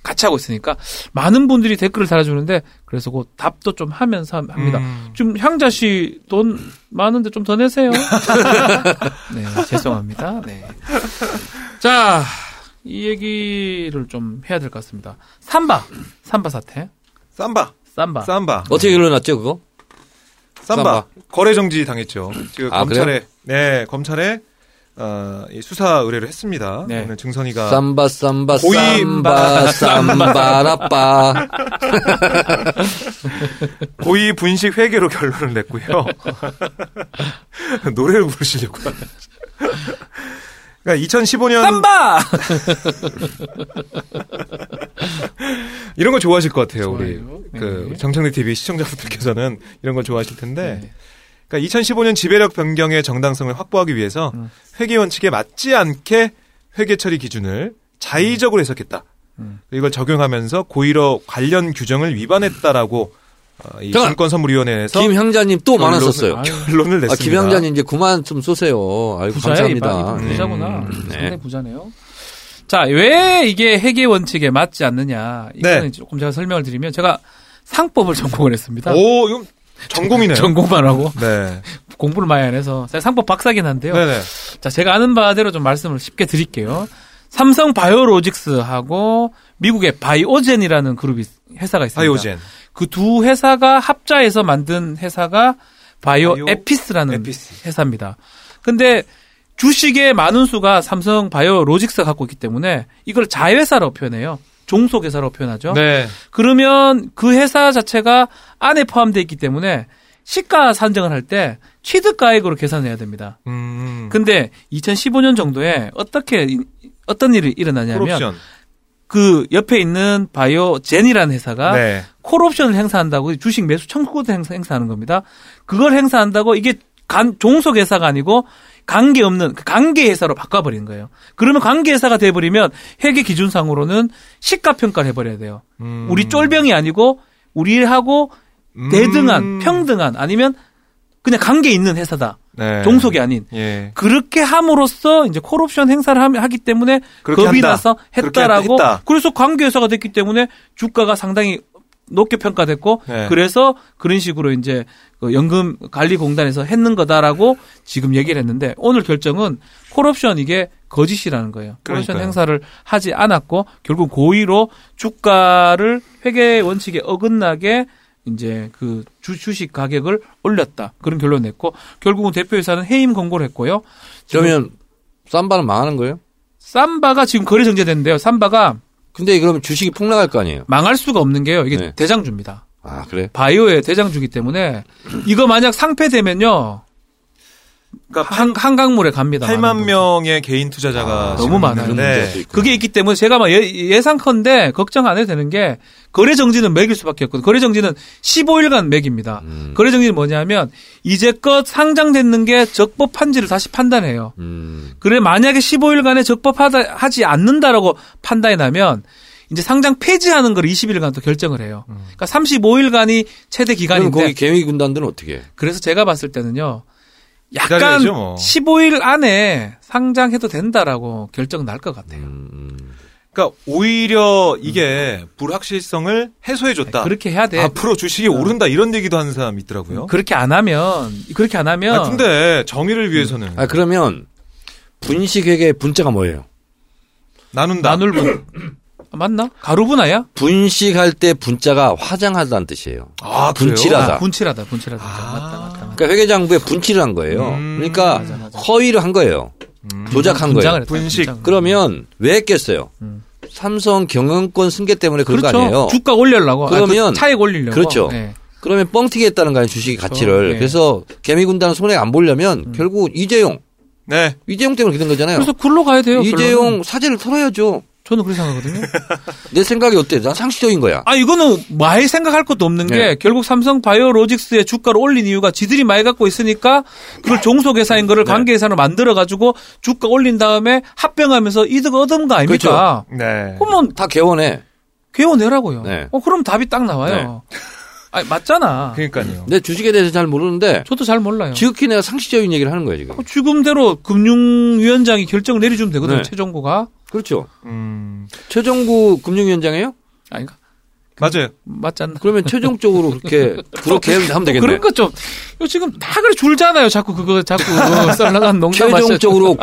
Speaker 1: 같이 하고 있으니까 많은 분들이 댓글을 달아주는데 그래서 그 답도 좀 하면서 합니다.
Speaker 3: 음.
Speaker 1: 좀 향자 씨 돈 많은데 좀 더 내세요. 네, 죄송합니다. 네. 자, 이 얘기를 좀 해야 될 것 같습니다. 삼바, 삼바 사태,
Speaker 3: 삼바.
Speaker 1: 삼바.
Speaker 3: 삼바.
Speaker 2: 어떻게 일어났죠, 그거?
Speaker 3: 삼바.
Speaker 2: 삼바.
Speaker 3: 거래 정지 당했죠. 지금
Speaker 2: 아,
Speaker 3: 검찰에 네 검찰에 어, 이 수사 의뢰를 했습니다.
Speaker 1: 네.
Speaker 3: 오늘 증선이가
Speaker 2: 쌈바, 쌈바,
Speaker 3: 고이-
Speaker 2: 쌈바, 쌈바라빠.
Speaker 3: 고의 분식 회계로 결론을 냈고요. 노래를 부르시려고. 그러니까 2015년
Speaker 1: 삼바.
Speaker 3: 이런 거 좋아하실 것 같아요.
Speaker 1: 좋아요.
Speaker 3: 우리 그
Speaker 1: 네.
Speaker 3: 정청래 TV 시청자분들께서는 이런 걸 좋아하실 텐데. 그러니까 2015년 지배력 변경의 정당성을 확보하기 위해서
Speaker 1: 음.
Speaker 3: 회계 원칙에 맞지 않게 회계 처리 기준을 자의적으로 해석했다.
Speaker 1: 음.
Speaker 3: 이걸 적용하면서 고의로 관련 규정을 위반했다라고 어, 이
Speaker 2: 잠깐!
Speaker 3: 증권선물위원회에서
Speaker 2: 김형자님 또 만났었어요.
Speaker 3: 결론을
Speaker 2: 아,
Speaker 3: 냈습니다.
Speaker 2: 김형자님 이제 그만 좀 쏘세요. 아유,
Speaker 1: 부자야,
Speaker 2: 감사합니다.
Speaker 1: 이분
Speaker 2: 네.
Speaker 1: 부자구나.
Speaker 2: 음, 네.
Speaker 1: 상당히 부자네요. 자, 왜 이게 회계 원칙에 맞지 않느냐. 이거는
Speaker 3: 네.
Speaker 1: 조금 제가 설명을 드리면 제가 상법을 전공을 했습니다.
Speaker 3: 오, 이건 전공이네요.
Speaker 1: 전공만 하고
Speaker 3: 네.
Speaker 1: 공부를 많이 안 해서 제가 상법 박사긴 한데요.
Speaker 3: 네네.
Speaker 1: 자, 제가 아는 바대로 좀 말씀을 쉽게 드릴게요. 삼성 바이오로직스하고 미국의 바이오젠이라는 그룹이 회사가 있습니다.
Speaker 3: 바이오젠.
Speaker 1: 그 두 회사가 합자해서 만든 회사가 바이오,
Speaker 3: 바이오
Speaker 1: 에피스라는
Speaker 3: 에피스.
Speaker 1: 회사입니다. 근데 주식의 많은 수가 삼성 바이오로직스가 갖고 있기 때문에 이걸 자회사로 표현해요. 종속회사로 표현하죠.
Speaker 3: 네.
Speaker 1: 그러면 그 회사 자체가 안에 포함되어 있기 때문에 시가 산정을 할 때 취득가액으로 계산해야 됩니다.
Speaker 3: 음.
Speaker 1: 근데 2015년 정도에 어떻게 이- 어떤 일이 일어나냐면
Speaker 3: 옵션.
Speaker 1: 그 옆에 있는 바이오젠이라는 회사가
Speaker 3: 네.
Speaker 1: 콜옵션을 행사한다고 주식 매수 청구도 행사, 행사하는 겁니다. 그걸 행사한다고 이게 간, 종속 회사가 아니고 관계 없는 그 관계 회사로 바꿔버리는 거예요. 그러면 관계 회사가 돼버리면 회계 기준상으로는 시가 평가를 해버려야 돼요.
Speaker 3: 음.
Speaker 1: 우리 쫄병이 아니고 우리하고
Speaker 3: 음.
Speaker 1: 대등한 평등한 아니면 그냥 관계 있는 회사다.
Speaker 3: 네.
Speaker 1: 종속이 아닌
Speaker 3: 예.
Speaker 1: 그렇게 함으로써 이제 콜옵션 행사를 함- 하기 때문에
Speaker 3: 그렇게
Speaker 1: 겁이
Speaker 3: 한다.
Speaker 1: 나서
Speaker 3: 그렇게
Speaker 1: 했다라고
Speaker 3: 했다.
Speaker 1: 그래서 관계회사가 됐기 때문에 주가가 상당히 높게 평가됐고
Speaker 3: 네.
Speaker 1: 그래서 그런 식으로 이제 그 연금 관리 공단에서 했는 거다라고 지금 얘기를 했는데 오늘 결정은 콜옵션 이게 거짓이라는 거예요. 콜옵션
Speaker 3: 그러니까요.
Speaker 1: 행사를 하지 않았고 결국 고의로 주가를 회계 원칙에 어긋나게 이제 그 주, 주식 가격을 올렸다 그런 결론 냈고 결국은 대표이사는 해임 권고를 했고요.
Speaker 2: 그러면 쌈바는 망하는 거예요?
Speaker 1: 삼바가 지금 거래 정제됐는데요. 삼바가
Speaker 2: 근데 그러면 주식이 폭락할 거 아니에요?
Speaker 1: 망할 수가 없는 게요. 이게
Speaker 2: 네.
Speaker 1: 대장주입니다.
Speaker 2: 아, 그래?
Speaker 1: 바이오의 대장주기 때문에 이거 만약 상폐되면요.
Speaker 3: 그러니까
Speaker 1: 한, 한강물에 갑니다.
Speaker 3: 8만
Speaker 1: 많은 분들.
Speaker 3: 명의 개인 투자자가
Speaker 2: 아,
Speaker 1: 너무
Speaker 3: 지금
Speaker 1: 많아요.
Speaker 3: 있는데 네.
Speaker 2: 문제도 있구나.
Speaker 1: 그게 있기 때문에 제가 막 예, 예상컨대 걱정 안 해도 되는 게 거래 정지는 매길 수밖에 없거든요. 거래 정지는 15일간 매깁니다.
Speaker 2: 음.
Speaker 1: 거래 정지는 뭐냐면 이제껏 상장됐는 게 적법한지를 다시 판단해요.
Speaker 2: 음.
Speaker 1: 그래 만약에 15일간에 적법하다 하지 않는다라고 판단이 나면 이제 상장 폐지하는 걸 20일간 또 결정을 해요. 그러니까 35일간이 최대
Speaker 2: 그럼
Speaker 1: 기간인데
Speaker 2: 거기 개미 군단들은 어떻게 해?
Speaker 1: 그래서 제가 봤을 때는요. 약간
Speaker 3: 기다려야죠, 뭐.
Speaker 1: 15일 안에 상장해도 된다라고 결정 날 것 같아요.
Speaker 2: 음, 음.
Speaker 3: 그러니까 오히려 이게 불확실성을 해소해줬다.
Speaker 1: 음. 그렇게 아. 해야 돼.
Speaker 3: 앞으로 주식이 오른다 이런 얘기도 하는 사람 있더라고요.
Speaker 1: 음, 그렇게 안 하면 그렇게 안 하면
Speaker 3: 아, 근데 정의를 위해서는
Speaker 2: 아, 그러면 분식회계 분자가 뭐예요?
Speaker 3: 나눈다.
Speaker 1: 나눌분 아, 맞나? 가루분화야?
Speaker 2: 분식할 때 분자가 화장하다는 뜻이에요.
Speaker 3: 아, 그래요?
Speaker 2: 분칠하다.
Speaker 1: 아, 분칠하다, 분칠하다. 맞다, 맞다, 맞다.
Speaker 2: 그러니까 회계장부에 분칠을 한 거예요.
Speaker 3: 음.
Speaker 2: 그러니까 허위를 한 거예요.
Speaker 1: 분장을
Speaker 2: 조작한 거예요.
Speaker 1: 그러니까 했다,
Speaker 3: 분식.
Speaker 1: 분장을.
Speaker 2: 그러면 왜 했겠어요? 삼성 경영권 승계 때문에 그런
Speaker 1: 그렇죠.
Speaker 2: 거 아니에요.
Speaker 1: 주가 올리려고. 아, 그
Speaker 2: 그러면-
Speaker 1: 차익 올리려고.
Speaker 2: 그렇죠.
Speaker 1: 네.
Speaker 2: 그러면 뻥튀기 했다는 거예요. 주식의 가치를.
Speaker 1: 네. 음.
Speaker 2: 그래서 개미군단 손해 안 보려면 결국 이재용.
Speaker 3: 네.
Speaker 2: 이재용 때문에 그런 거잖아요.
Speaker 1: 그래서 글로 가야 돼요.
Speaker 2: 이재용 사죄를 털어야죠.
Speaker 1: 저는 그렇게 생각하거든요.
Speaker 2: 내 생각이 어때? 난 상식적인 거야.
Speaker 1: 아 이거는 말 생각할 것도 없는 게
Speaker 2: 네.
Speaker 1: 결국 삼성 바이오로직스의 주가를 올린 이유가 지들이 많이 갖고 있으니까 그걸 종속회사인 거를 관계회사로 만들어 가지고 주가 올린 다음에 합병하면서 이득 얻은 거 아닙니까?
Speaker 3: 네.
Speaker 1: 그러면
Speaker 2: 다 개원해.
Speaker 1: 개원해라고요.
Speaker 2: 네.
Speaker 1: 어 그럼 답이 딱 나와요. 아니 맞잖아.
Speaker 3: 그러니까요.
Speaker 2: 내 주식에 대해서 잘 모르는데
Speaker 1: 저도 잘 몰라요.
Speaker 2: 지극히 내가 상식적인 얘기를 하는 거야 지금.
Speaker 1: 어, 지금대로 금융위원장이 결정을 내려주면 되거든요.
Speaker 2: 네.
Speaker 1: 최종고가
Speaker 2: 그렇죠.
Speaker 3: 음,
Speaker 2: 최종구 금융위원장이에요?
Speaker 1: 아닌가
Speaker 3: 맞아요.
Speaker 1: 맞잖아.
Speaker 2: 그러면 최종적으로 그렇게 그렇게 하면 되겠네.
Speaker 1: 어, 그런 거 좀. 이거 지금 다 그래 줄잖아요. 자꾸 그거 자꾸 썰나간 농담 하셔.
Speaker 2: 최종적으로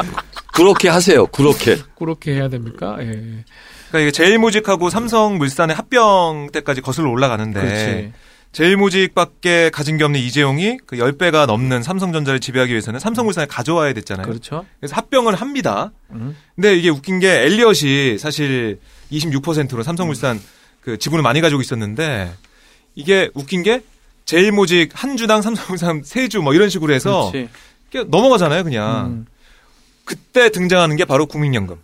Speaker 2: 그렇게 하세요. 그렇게.
Speaker 1: 그렇게 해야 됩니까? 예, 예.
Speaker 3: 그러니까 이게 제일모직하고 삼성물산의 합병 때까지 거슬러 올라가는데
Speaker 1: 그렇지.
Speaker 3: 네. 제일모직밖에 가진 게 없는 이재용이 그 10배가 넘는 삼성전자를 지배하기 위해서는 삼성물산을 가져와야 됐잖아요.
Speaker 1: 그렇죠.
Speaker 3: 그래서 합병을 합니다.
Speaker 1: 음.
Speaker 3: 근데 이게 웃긴 게 엘리엇이 사실 26%로 삼성물산 그 지분을 많이 가지고 있었는데 이게 웃긴 게 제일모직 한 주당 삼성물산 세 주 뭐 이런 식으로 해서
Speaker 1: 그렇지.
Speaker 3: 이게 넘어가잖아요, 그냥.
Speaker 1: 음.
Speaker 3: 그때 등장하는 게 바로 국민연금.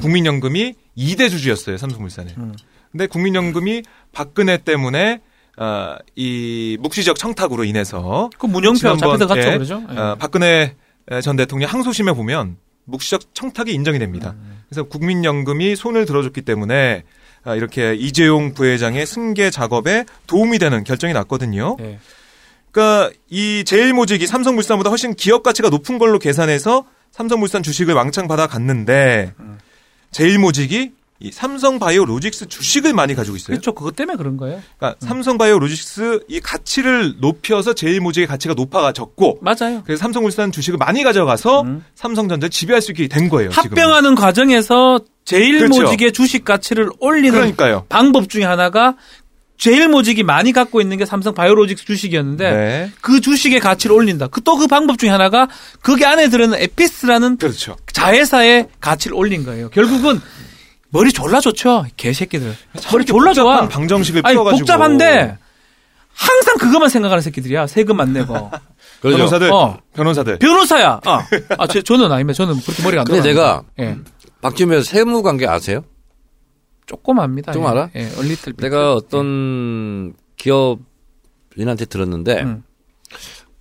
Speaker 3: 국민연금이 2대 주주였어요, 삼성물산에.
Speaker 1: 음.
Speaker 3: 근데 국민연금이 박근혜 때문에 어, 이 묵시적 청탁으로 인해서
Speaker 1: 그 문영표
Speaker 3: 지난번,
Speaker 1: 잡히다 갔죠,
Speaker 3: 예,
Speaker 1: 그러죠? 예.
Speaker 3: 어, 박근혜 전 대통령 항소심에 보면 묵시적 청탁이 인정이 됩니다.
Speaker 1: 음.
Speaker 3: 그래서 국민연금이 손을 들어줬기 때문에 아, 이렇게 이재용 부회장의 승계 작업에 도움이 되는 결정이 났거든요.
Speaker 1: 예.
Speaker 3: 그러니까 이 제일모직이 삼성물산보다 훨씬 기업 가치가 높은 걸로 계산해서 삼성물산 주식을 왕창 받아갔는데
Speaker 1: 음.
Speaker 3: 제일모직이 이 삼성바이오로직스 주식을 많이 가지고 있어요.
Speaker 1: 그렇죠. 그것 때문에 그런 거예요.
Speaker 3: 그러니까 삼성바이오로직스 이 가치를 높여서 제일모직의 가치가 높아졌고
Speaker 1: 맞아요.
Speaker 3: 그래서 삼성물산 주식을 많이 가져가서
Speaker 1: 음.
Speaker 3: 삼성전자 지배할 수 있게 된 거예요. 지금은.
Speaker 1: 합병하는 과정에서 제일모직의
Speaker 3: 그렇죠.
Speaker 1: 주식 가치를 올리는
Speaker 3: 그러니까요.
Speaker 1: 방법 중에 하나가 제일모직이 많이 갖고 있는 게 삼성 바이오로직스 주식이었는데
Speaker 3: 네.
Speaker 1: 그 주식의 가치를 올린다. 그 또 그 방법 중에 하나가 그게 안에 들어있는 에피스라는
Speaker 3: 그렇죠.
Speaker 1: 자회사의 가치를 올린 거예요. 결국은 머리 졸라 좋죠. 개새끼들. 머리 졸라 좋아.
Speaker 3: 복잡한 방정식을
Speaker 1: 아니
Speaker 3: 풀어가지고
Speaker 1: 복잡한데 항상 그것만 생각하는 새끼들이야. 세금 안 내고.
Speaker 3: 변호사들
Speaker 1: 어.
Speaker 3: 변호사들
Speaker 1: 변호사야. 아, 아 제, 저는 아닙니다. 저는 그렇게 머리가 안
Speaker 2: 근데
Speaker 1: 돌아가요.
Speaker 2: 제가
Speaker 1: 예.
Speaker 2: 박지민 세무 관계 아세요?
Speaker 1: 조금 압니다.
Speaker 2: 좀
Speaker 1: 예.
Speaker 2: 알아?
Speaker 1: 예, 얼리틀. 비.
Speaker 2: 내가 어떤 기업인한테 들었는데
Speaker 1: 음.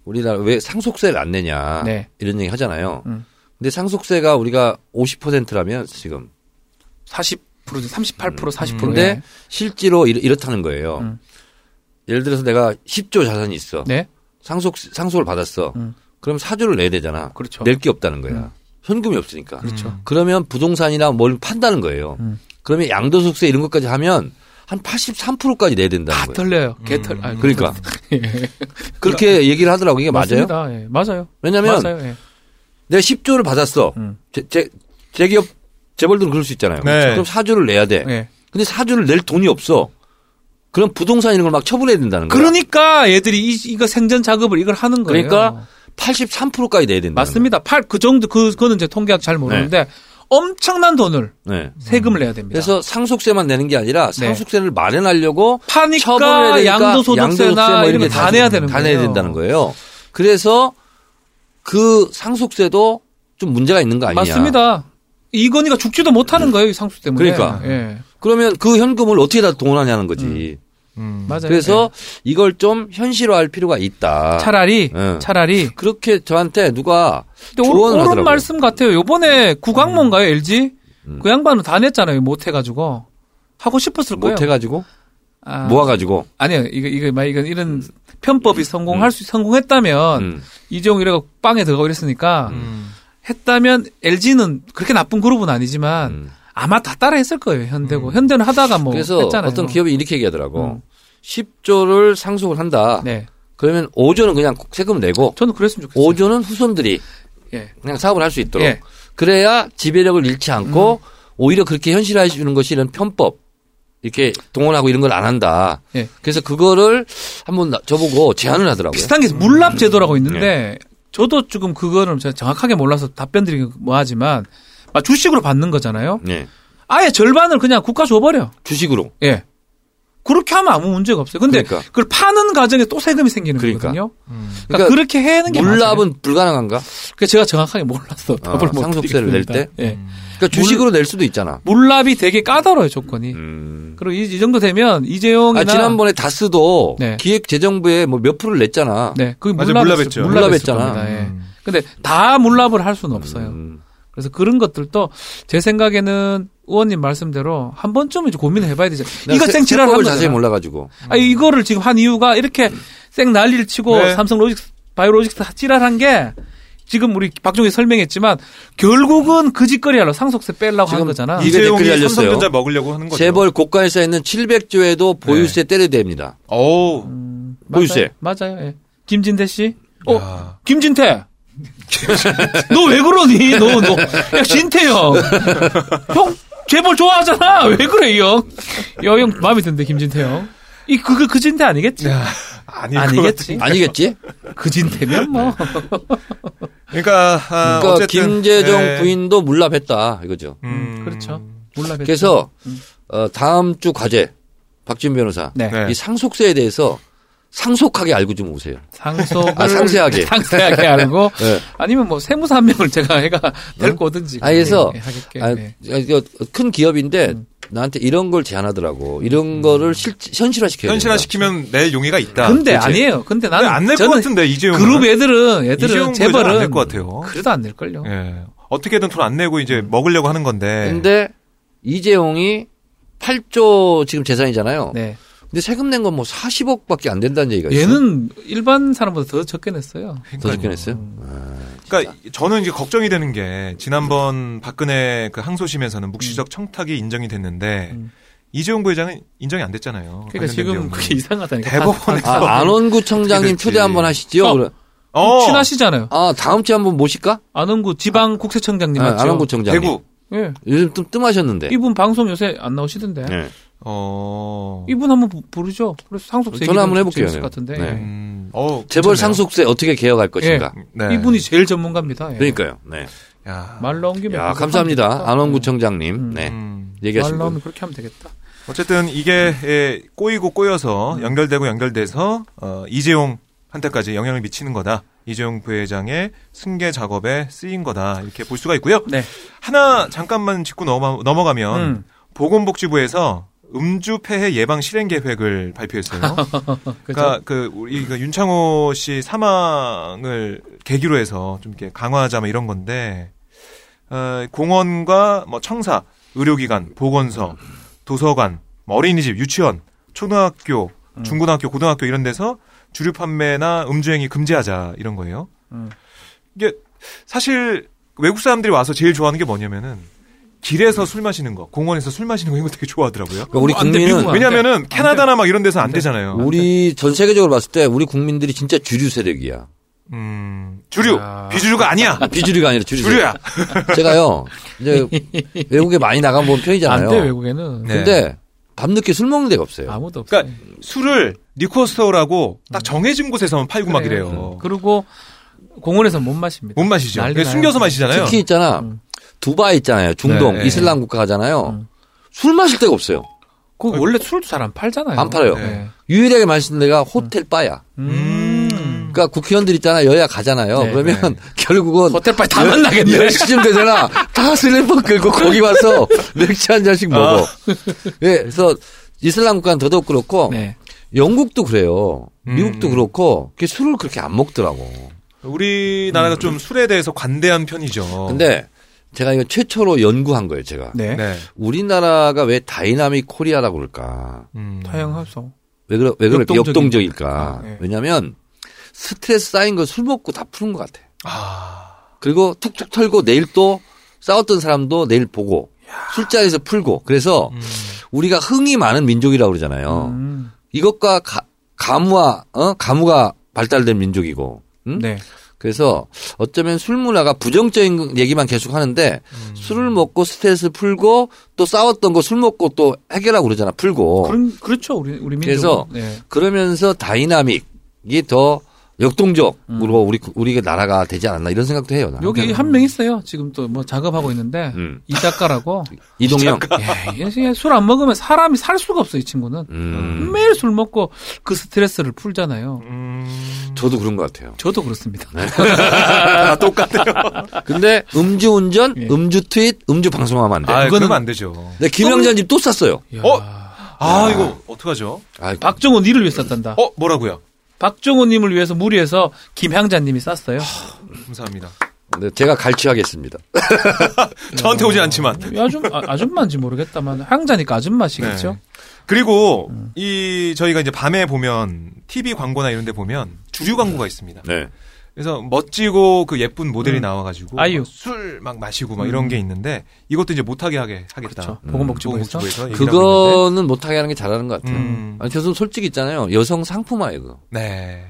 Speaker 2: 우리나라 왜 상속세를 안 내냐
Speaker 1: 네.
Speaker 2: 이런 얘기 하잖아요.
Speaker 1: 음.
Speaker 2: 근데 상속세가 우리가 50%라면 지금
Speaker 1: 40% 38% 40%.
Speaker 2: 근데 실제로 이렇, 다는 거예요.
Speaker 1: 음.
Speaker 2: 예를 들어서 내가 10조 자산이 있어.
Speaker 1: 네.
Speaker 2: 상속 상속을 받았어.
Speaker 1: 음.
Speaker 2: 그럼 4조를 내야 되잖아.
Speaker 1: 그렇죠.
Speaker 2: 낼 게 없다는 거야. 현금이 없으니까.
Speaker 1: 그렇죠.
Speaker 2: 그러면 부동산이나 뭘 판다는 거예요.
Speaker 1: 음.
Speaker 2: 그러면 양도소득세 이런 것까지 하면 한 83%까지 내야 된다는
Speaker 1: 다
Speaker 2: 거예요.
Speaker 1: 털려요. 개 털. 아,
Speaker 2: 네, 뭐. 그러니까 그렇게 얘기를 하더라고 이게 맞아요.
Speaker 1: 맞습니다. 예, 맞아요.
Speaker 2: 왜냐면 네.
Speaker 1: 맞아요. 예.
Speaker 2: 내가 10조를 받았어.
Speaker 1: 음.
Speaker 2: 제, 제, 제 기업 재벌들은 그럴 수 있잖아요.
Speaker 3: 네.
Speaker 2: 그럼 4조를 내야 돼.
Speaker 1: 예.
Speaker 2: 근데 4조를 낼 돈이 없어. 그럼 부동산 이런 걸 막 처분해야 된다는 거야.
Speaker 1: 그러니까 얘들이 이, 이거 생전 작업을 이걸 하는 거예요.
Speaker 2: 그러니까 83%까지 내야 된다.
Speaker 1: 맞습니다. 팔 그 정도 그 그거는 제 통계학 잘 모르는데 엄청난 돈을
Speaker 2: 네.
Speaker 1: 세금을 내야 됩니다. 네.
Speaker 2: 그래서 상속세만 내는 게 아니라 상속세를 마련하려고 처분해야
Speaker 1: 파니까
Speaker 2: 되니까
Speaker 1: 양도소득세나
Speaker 2: 뭐
Speaker 1: 그러니까 이런 거 다 내야 되는
Speaker 2: 다
Speaker 1: 거예요.
Speaker 2: 내야 된다는 거예요. 그래서 그 상속세도 좀 문제가 있는 거 아니냐. 음.
Speaker 1: 맞습니다. 이건희가 죽지도 못하는 거예요, 이 상수 때문에.
Speaker 2: 그러니까.
Speaker 1: 예.
Speaker 2: 그러면 그 현금을 어떻게 다 동원하냐는 거지.
Speaker 3: 음.
Speaker 1: 맞아요.
Speaker 2: 그래서 이걸 좀 현실화할 필요가 있다.
Speaker 1: 예. 차라리
Speaker 2: 예.
Speaker 1: 차라리
Speaker 2: 그렇게 저한테 누가
Speaker 1: 근데
Speaker 2: 조언을
Speaker 1: 옳은, 옳은
Speaker 2: 하더라고요. 음.
Speaker 1: 말씀 같아요. 요번에 구강mon가요 LG 그 양반은 다 냈잖아요. 못 해가지고 하고 싶었을 거예요.
Speaker 2: 못 해가지고 뭐-
Speaker 1: 아,
Speaker 2: 모아가지고
Speaker 1: 아니요, 이거 이거 막 이건 이런 편법이 성공할 수 성공했다면
Speaker 2: 음.
Speaker 1: 이재용 이래가 빵에 들어가고 이랬으니까 했다면 LG는 그렇게 나쁜 그룹은 아니지만
Speaker 2: 음.
Speaker 1: 아마 다 따라 했을 거예요 현대고 현대는 하다가 뭐
Speaker 2: 그래서
Speaker 1: 했잖아요.
Speaker 2: 어떤 기업이 이렇게
Speaker 1: 음.
Speaker 2: 얘기하더라고. 10조를 상속을 한다.
Speaker 1: 네,
Speaker 2: 그러면 5조는 그냥 세금 내고
Speaker 1: 저는 그랬으면 좋겠어요.
Speaker 2: 5조는 후손들이
Speaker 1: 예.
Speaker 2: 그냥 사업을 할 수 있도록
Speaker 1: 예. 음.
Speaker 2: 그래야 지배력을 잃지 않고 오히려 그렇게 현실화해 주는 것이 이런 편법 이렇게 동원하고 이런 걸 안 한다.
Speaker 1: 예. 음.
Speaker 2: 그래서 그거를 한번 나- 저보고 제안을 하더라고요.
Speaker 1: 비슷한 게 물납
Speaker 2: 음.
Speaker 1: 제도라고
Speaker 2: 네.
Speaker 1: 있는데 저도 지금 그거는 제가 정확하게 몰라서 답변 드리기 뭐하지만 막 주식으로 받는 거잖아요.
Speaker 2: 예.
Speaker 1: 아예 절반을 그냥 국가 줘버려.
Speaker 2: 주식으로.
Speaker 1: 예. 그렇게 하면 아무 문제가 없어요. 근데 그
Speaker 2: 그러니까.
Speaker 1: 걸 파는 과정에 또 세금이 생기는
Speaker 2: 그러니까.
Speaker 1: 거거든요. 그러니까,
Speaker 2: 그러니까
Speaker 1: 그렇게 해야 하는 게 맞아요.
Speaker 2: 물납은 불가능한가?
Speaker 1: 그 제가 정확하게 몰랐어. 답을 못
Speaker 2: 아, 상속세를 낼
Speaker 1: 드리겠습니다. 예.
Speaker 2: 그러니까 주식으로 낼 수도 있잖아.
Speaker 1: 몰랍이 되게 까다로워요 조건이. 그리고 이, 이 정도 되면 이재용이나
Speaker 2: 음. 아, 지난번에 다스도
Speaker 1: 네.
Speaker 2: 기획재정부에 뭐 몇 프로를 냈잖아.
Speaker 1: 네, 그게
Speaker 3: 맞아요,
Speaker 1: 몰랍
Speaker 3: 몰랍했죠. 음.
Speaker 2: 몰랍했잖아.
Speaker 1: 겁니다. 예. 근데 다 몰랍을 할 수는 없어요.
Speaker 2: 음.
Speaker 1: 그래서 그런 것들도 제 생각에는 의원님 말씀대로 한 번쯤은 이제 고민을 해봐야 되죠.
Speaker 2: 내가
Speaker 1: 이거
Speaker 2: 세-
Speaker 1: 생치랄
Speaker 2: 세법을
Speaker 1: 하면
Speaker 2: 자세히 몰라가지고.
Speaker 1: 아 이거를 지금 한 이유가 이렇게 쌩 난리를 치고
Speaker 3: 네.
Speaker 1: 삼성 로직스 바이오로직스 찌랄한 게 지금 우리 박종희 설명했지만 결국은 그 짓거리 하려 상속세 빼려고 한
Speaker 2: 지금
Speaker 1: 거잖아.
Speaker 2: 이- 댓글이
Speaker 3: 이재용이
Speaker 2: 달렸어요.
Speaker 3: 삼성전자 먹으려고 하는 거죠.
Speaker 2: 재벌 고가에서 있는 700조에도 보유세
Speaker 1: 네.
Speaker 2: 때려댑니다.
Speaker 3: 오.
Speaker 1: 음.
Speaker 2: 보유세.
Speaker 1: 맞아요. 맞아요. 예. 김진태 씨. 어,
Speaker 3: 야.
Speaker 1: 김진태. 너 왜 그러니? 너, 너. 야, 진태 형. 형, 재벌 좋아하잖아. 왜 그래, 이 형. 이 형, 마음에 든대, 김진태 형. 이, 그거 그 진태 아니겠지?
Speaker 3: 아니,
Speaker 1: 아니겠지?
Speaker 2: 아니겠지?
Speaker 1: 그 진태면 뭐.
Speaker 3: 그러니까, 아,
Speaker 2: 그러니까
Speaker 3: 어쨌든,
Speaker 2: 김재정
Speaker 3: 네.
Speaker 2: 부인도 물납했다 이거죠.
Speaker 3: 음.
Speaker 1: 그렇죠. 몰라. 뵙죠.
Speaker 2: 그래서 어, 다음 주 과제 박진 변호사
Speaker 1: 네.
Speaker 3: 네.
Speaker 2: 이 상속세에 대해서 상속하게 알고 좀 오세요.
Speaker 1: 상속.
Speaker 2: 아, 상세하게.
Speaker 1: 상세하게 알고.
Speaker 2: 네.
Speaker 1: 아니면 뭐, 세무사 한 명을 제가 애가 데리고 오든지.
Speaker 2: 아, 그래서,
Speaker 1: 예, 하겠게.
Speaker 2: 아,
Speaker 1: 네.
Speaker 2: 이거 큰 기업인데 나한테 이런 걸 제안하더라고. 이런 거를 실, 현실화시켜야
Speaker 3: 현실화시키면 낼 용의가 있다.
Speaker 1: 근데
Speaker 2: 그치.
Speaker 1: 아니에요. 근데 나는.
Speaker 3: 네, 안 낼 것
Speaker 1: 저는
Speaker 3: 같은데, 이재용.
Speaker 1: 그룹 애들은, 애들은,
Speaker 3: 이재용
Speaker 1: 재벌은.
Speaker 3: 안낼 것 같아요.
Speaker 1: 그래도 안 낼걸요.
Speaker 3: 예. 어떻게든 돈 안 내고 이제
Speaker 1: 음.
Speaker 3: 먹으려고 하는 건데.
Speaker 2: 근데 이재용이 8조 지금 재산이잖아요.
Speaker 1: 네.
Speaker 2: 근데 세금 낸 건 뭐 40억밖에 안 된다는 얘기가 있어요.
Speaker 1: 얘는 일반 사람보다 더 적게 냈어요.
Speaker 2: 더 적게 냈어요.
Speaker 3: 그러니까 저는 이제 걱정이 되는 게 지난번 박근혜 그 항소심에서는 묵시적 청탁이 인정이 됐는데
Speaker 1: 음.
Speaker 3: 이재용 부회장은 인정이 안 됐잖아요.
Speaker 1: 그러니까
Speaker 3: 관련된
Speaker 1: 지금
Speaker 3: 비용이.
Speaker 1: 그게 이상하다니까.
Speaker 3: 대법원에서
Speaker 2: 아, 안원구
Speaker 3: 어떻게
Speaker 2: 청장님
Speaker 3: 됐지?
Speaker 2: 초대 한번 하시지요.
Speaker 1: 어.
Speaker 2: 그럼.
Speaker 3: 어,
Speaker 1: 친하시잖아요.
Speaker 2: 아, 다음 주에 한번 모실까?
Speaker 1: 안원구 지방 국세청장님
Speaker 2: 아,
Speaker 1: 맞죠?
Speaker 2: 안원구 네. 청장님.
Speaker 3: 대구.
Speaker 1: 예.
Speaker 2: 요즘 좀 뜸하셨는데. 예.
Speaker 1: 이분 방송 요새 안 나오시던데.
Speaker 3: 네. 어.
Speaker 1: 이분 한번 부- 부르죠. 그래서 상속세 얘기도
Speaker 2: 전화 한번 해볼게요,
Speaker 1: 재밌을
Speaker 2: 네.
Speaker 1: 것 같은데.
Speaker 2: 네.
Speaker 3: 음, 어,
Speaker 2: 재벌
Speaker 3: 괜찮네요.
Speaker 2: 상속세 어떻게 개혁할 것인가.
Speaker 3: 네.
Speaker 1: 이분이 제일 전문가입니다. 예.
Speaker 2: 그러니까요. 네.
Speaker 3: 야.
Speaker 1: 말 나온 김에.
Speaker 2: 야, 감사합니다. 안원구 청장님. 네.
Speaker 3: 음.
Speaker 1: 말
Speaker 2: 얘기하신 분.
Speaker 1: 나오면 그렇게 하면 되겠다.
Speaker 3: 어쨌든 이게 예, 꼬이고
Speaker 1: 음.
Speaker 3: 꼬여서 연결되고 연결돼서 어, 이재용 한테까지 영향을 미치는 거다. 이재용 부회장의 승계 작업에 쓰인 거다 이렇게 볼 수가 있고요.
Speaker 1: 네.
Speaker 3: 하나 잠깐만 짚고 넘어, 넘어가면
Speaker 1: 음.
Speaker 3: 보건복지부에서 음주 폐해 예방 실행 계획을 발표했어요.
Speaker 1: 그죠?
Speaker 3: 그러니까 그 우리 그 윤창호 씨 사망을 계기로 해서 좀 이렇게 강화하자 뭐 이런 건데 어, 공원과 뭐 청사, 의료기관, 보건소, 도서관, 뭐 어린이집, 유치원, 초등학교,
Speaker 1: 음.
Speaker 3: 중고등학교, 고등학교 이런 데서 주류 판매나 음주행위 금지하자 이런 거예요.
Speaker 1: 음.
Speaker 3: 이게 사실 외국 사람들이 와서 제일 좋아하는 게 뭐냐면은 길에서 술 마시는 거, 공원에서 술 마시는 거 이거 되게 좋아하더라고요.
Speaker 2: 그러니까 우리
Speaker 1: 뭐, 안 돼,
Speaker 2: 국민은
Speaker 1: 미국은 안 돼.
Speaker 3: 왜냐면은 캐나다나 막 이런 데서 안 되잖아요.
Speaker 2: 우리 전 세계적으로 봤을 때 우리 국민들이 진짜 주류 세력이야.
Speaker 3: 음, 주류,
Speaker 1: 야.
Speaker 3: 비주류가 아니야.
Speaker 2: 비주류가 아니라 주류 세력.
Speaker 3: 주류야.
Speaker 2: 제가요. 이제 외국에 많이 나가 본
Speaker 1: 안
Speaker 2: 편이잖아요.
Speaker 1: 돼, 외국에는.
Speaker 3: 네.
Speaker 2: 근데 밤늦게 술 먹는 데가 없어요.
Speaker 1: 아무도 없어.
Speaker 3: 그러니까 술을 리코스토어라고 딱 정해진 곳에서만 팔고 막 이래요.
Speaker 1: 네. 그리고 공원에서 못 마십니다.
Speaker 3: 못 마시죠.
Speaker 1: 난리
Speaker 3: 그냥
Speaker 1: 나요.
Speaker 3: 숨겨서 마시잖아요.
Speaker 2: 특히 있잖아. 두바이 있잖아요. 중동
Speaker 3: 네, 네.
Speaker 2: 이슬람 국가잖아요.
Speaker 1: 음.
Speaker 2: 술 마실 데가 없어요.
Speaker 1: 그 원래 술도 잘 안 팔잖아요.
Speaker 2: 안 팔아요.
Speaker 1: 네.
Speaker 2: 유일하게 마시는 데가 호텔 바야.
Speaker 3: 음.
Speaker 2: 그러니까 국회의원들 있잖아 여야 가잖아요.
Speaker 1: 네,
Speaker 2: 그러면 결국은
Speaker 1: 호텔 빨리 다 만나겠네.
Speaker 2: 10시쯤 되잖아. 다 슬리퍼 끌고 거기 와서 맥주 한 잔씩
Speaker 1: 아.
Speaker 2: 먹어. 예, 그래서 이슬람 국가는 더더욱 그렇고
Speaker 1: 네.
Speaker 2: 영국도 그래요. 미국도
Speaker 3: 음.
Speaker 2: 그렇고 그게 술을 그렇게 안 먹더라고.
Speaker 3: 우리나라가 좀 술에 대해서 관대한 편이죠.
Speaker 2: 근데 제가 이거 최초로 연구한 거예요, 제가.
Speaker 1: 어. 네.
Speaker 3: 네.
Speaker 2: 우리나라가 왜 다이나믹 코리아라고 그럴까?
Speaker 3: 음.
Speaker 1: 타영합성.
Speaker 2: 왜 그러 왜 그렇게
Speaker 1: 역동적인-
Speaker 2: 역동적일까?
Speaker 1: 아, 예.
Speaker 2: 왜냐하면 스트레스 쌓인 거 술 먹고 다 푸는 것 같아.
Speaker 3: 아.
Speaker 2: 그리고 툭툭 털고 내일 또 싸웠던 사람도 내일 보고 술자리에서 풀고 그래서
Speaker 3: 음.
Speaker 2: 우리가 흥이 많은 민족이라고 그러잖아요.
Speaker 1: 음.
Speaker 2: 이것과 가, 가무와 어? 가무가 발달된 민족이고. 음?
Speaker 1: 네.
Speaker 2: 그래서 어쩌면 술 문화가 부정적인 얘기만 계속 하는데
Speaker 1: 음.
Speaker 2: 술을 먹고 스트레스 풀고 또 싸웠던 거 술 먹고 또 해결하고 그러잖아 풀고
Speaker 1: 그런 그렇죠 우리 우리 민족.
Speaker 2: 어. 그래서
Speaker 1: 네.
Speaker 2: 그러면서 다이나믹이 더
Speaker 3: 음.
Speaker 2: 역동적으로 우리 우리 나라가 되지 않았나 이런 생각도 해요. 나는.
Speaker 1: 여기 한 명 있어요. 지금 또 뭐 작업하고 있는데
Speaker 2: 음.
Speaker 1: 이 작가라고. 예,
Speaker 2: 이동영.
Speaker 1: 술 안 먹으면 사람이 살 수가 없어 이 친구는.
Speaker 2: 음.
Speaker 1: 매일 술 먹고 그 스트레스를 풀잖아요.
Speaker 3: 음.
Speaker 2: 저도 그런 것 같아요.
Speaker 1: 저도 그렇습니다.
Speaker 3: 네.
Speaker 2: 근데 음주운전,
Speaker 1: 예.
Speaker 2: 음주트윗, 음주방송하면 안 돼.
Speaker 3: 아,
Speaker 2: 요
Speaker 3: 그러면 안 되죠.
Speaker 2: 근데 김영자 님 또 쐈어요.
Speaker 1: 이야.
Speaker 3: 아, 이거 어떡하죠?
Speaker 2: 아,
Speaker 1: 박종호 니를 위해 쌌단다.
Speaker 3: 어, 뭐라고요?
Speaker 1: 박종호 님을 위해서 무리해서 김향자님이 쌌어요.
Speaker 3: 아, 감사합니다.
Speaker 2: 근데 제가 갈취하겠습니다.
Speaker 3: 네, 저한테 오진 않지만.
Speaker 1: 이 아줌 아, 아줌마인지 모르겠다만 향자니까 아줌마시겠죠.
Speaker 3: 네, 그리고 이 저희가 이제 밤에 보면 TV 광고나 이런 데 보면 주류 광고가 있습니다.
Speaker 2: 네.
Speaker 3: 그래서 멋지고 그 예쁜 모델이 나와가지고
Speaker 1: 음. 아이유. 음.
Speaker 3: 술 막 마시고 막 이런 게 있는데 이것도 이제 못하게 하게 하겠다.
Speaker 1: 그렇죠. 보건복지부에서
Speaker 3: 그렇죠. 음, 보건복지부에서 얘기를 하고
Speaker 2: 그거는 못하게 하는 게 잘하는 것 같아요.
Speaker 3: 음.
Speaker 2: 아니, 저는 솔직히 있잖아요. 여성 상품화예요, 그거.
Speaker 3: 있는데. 네.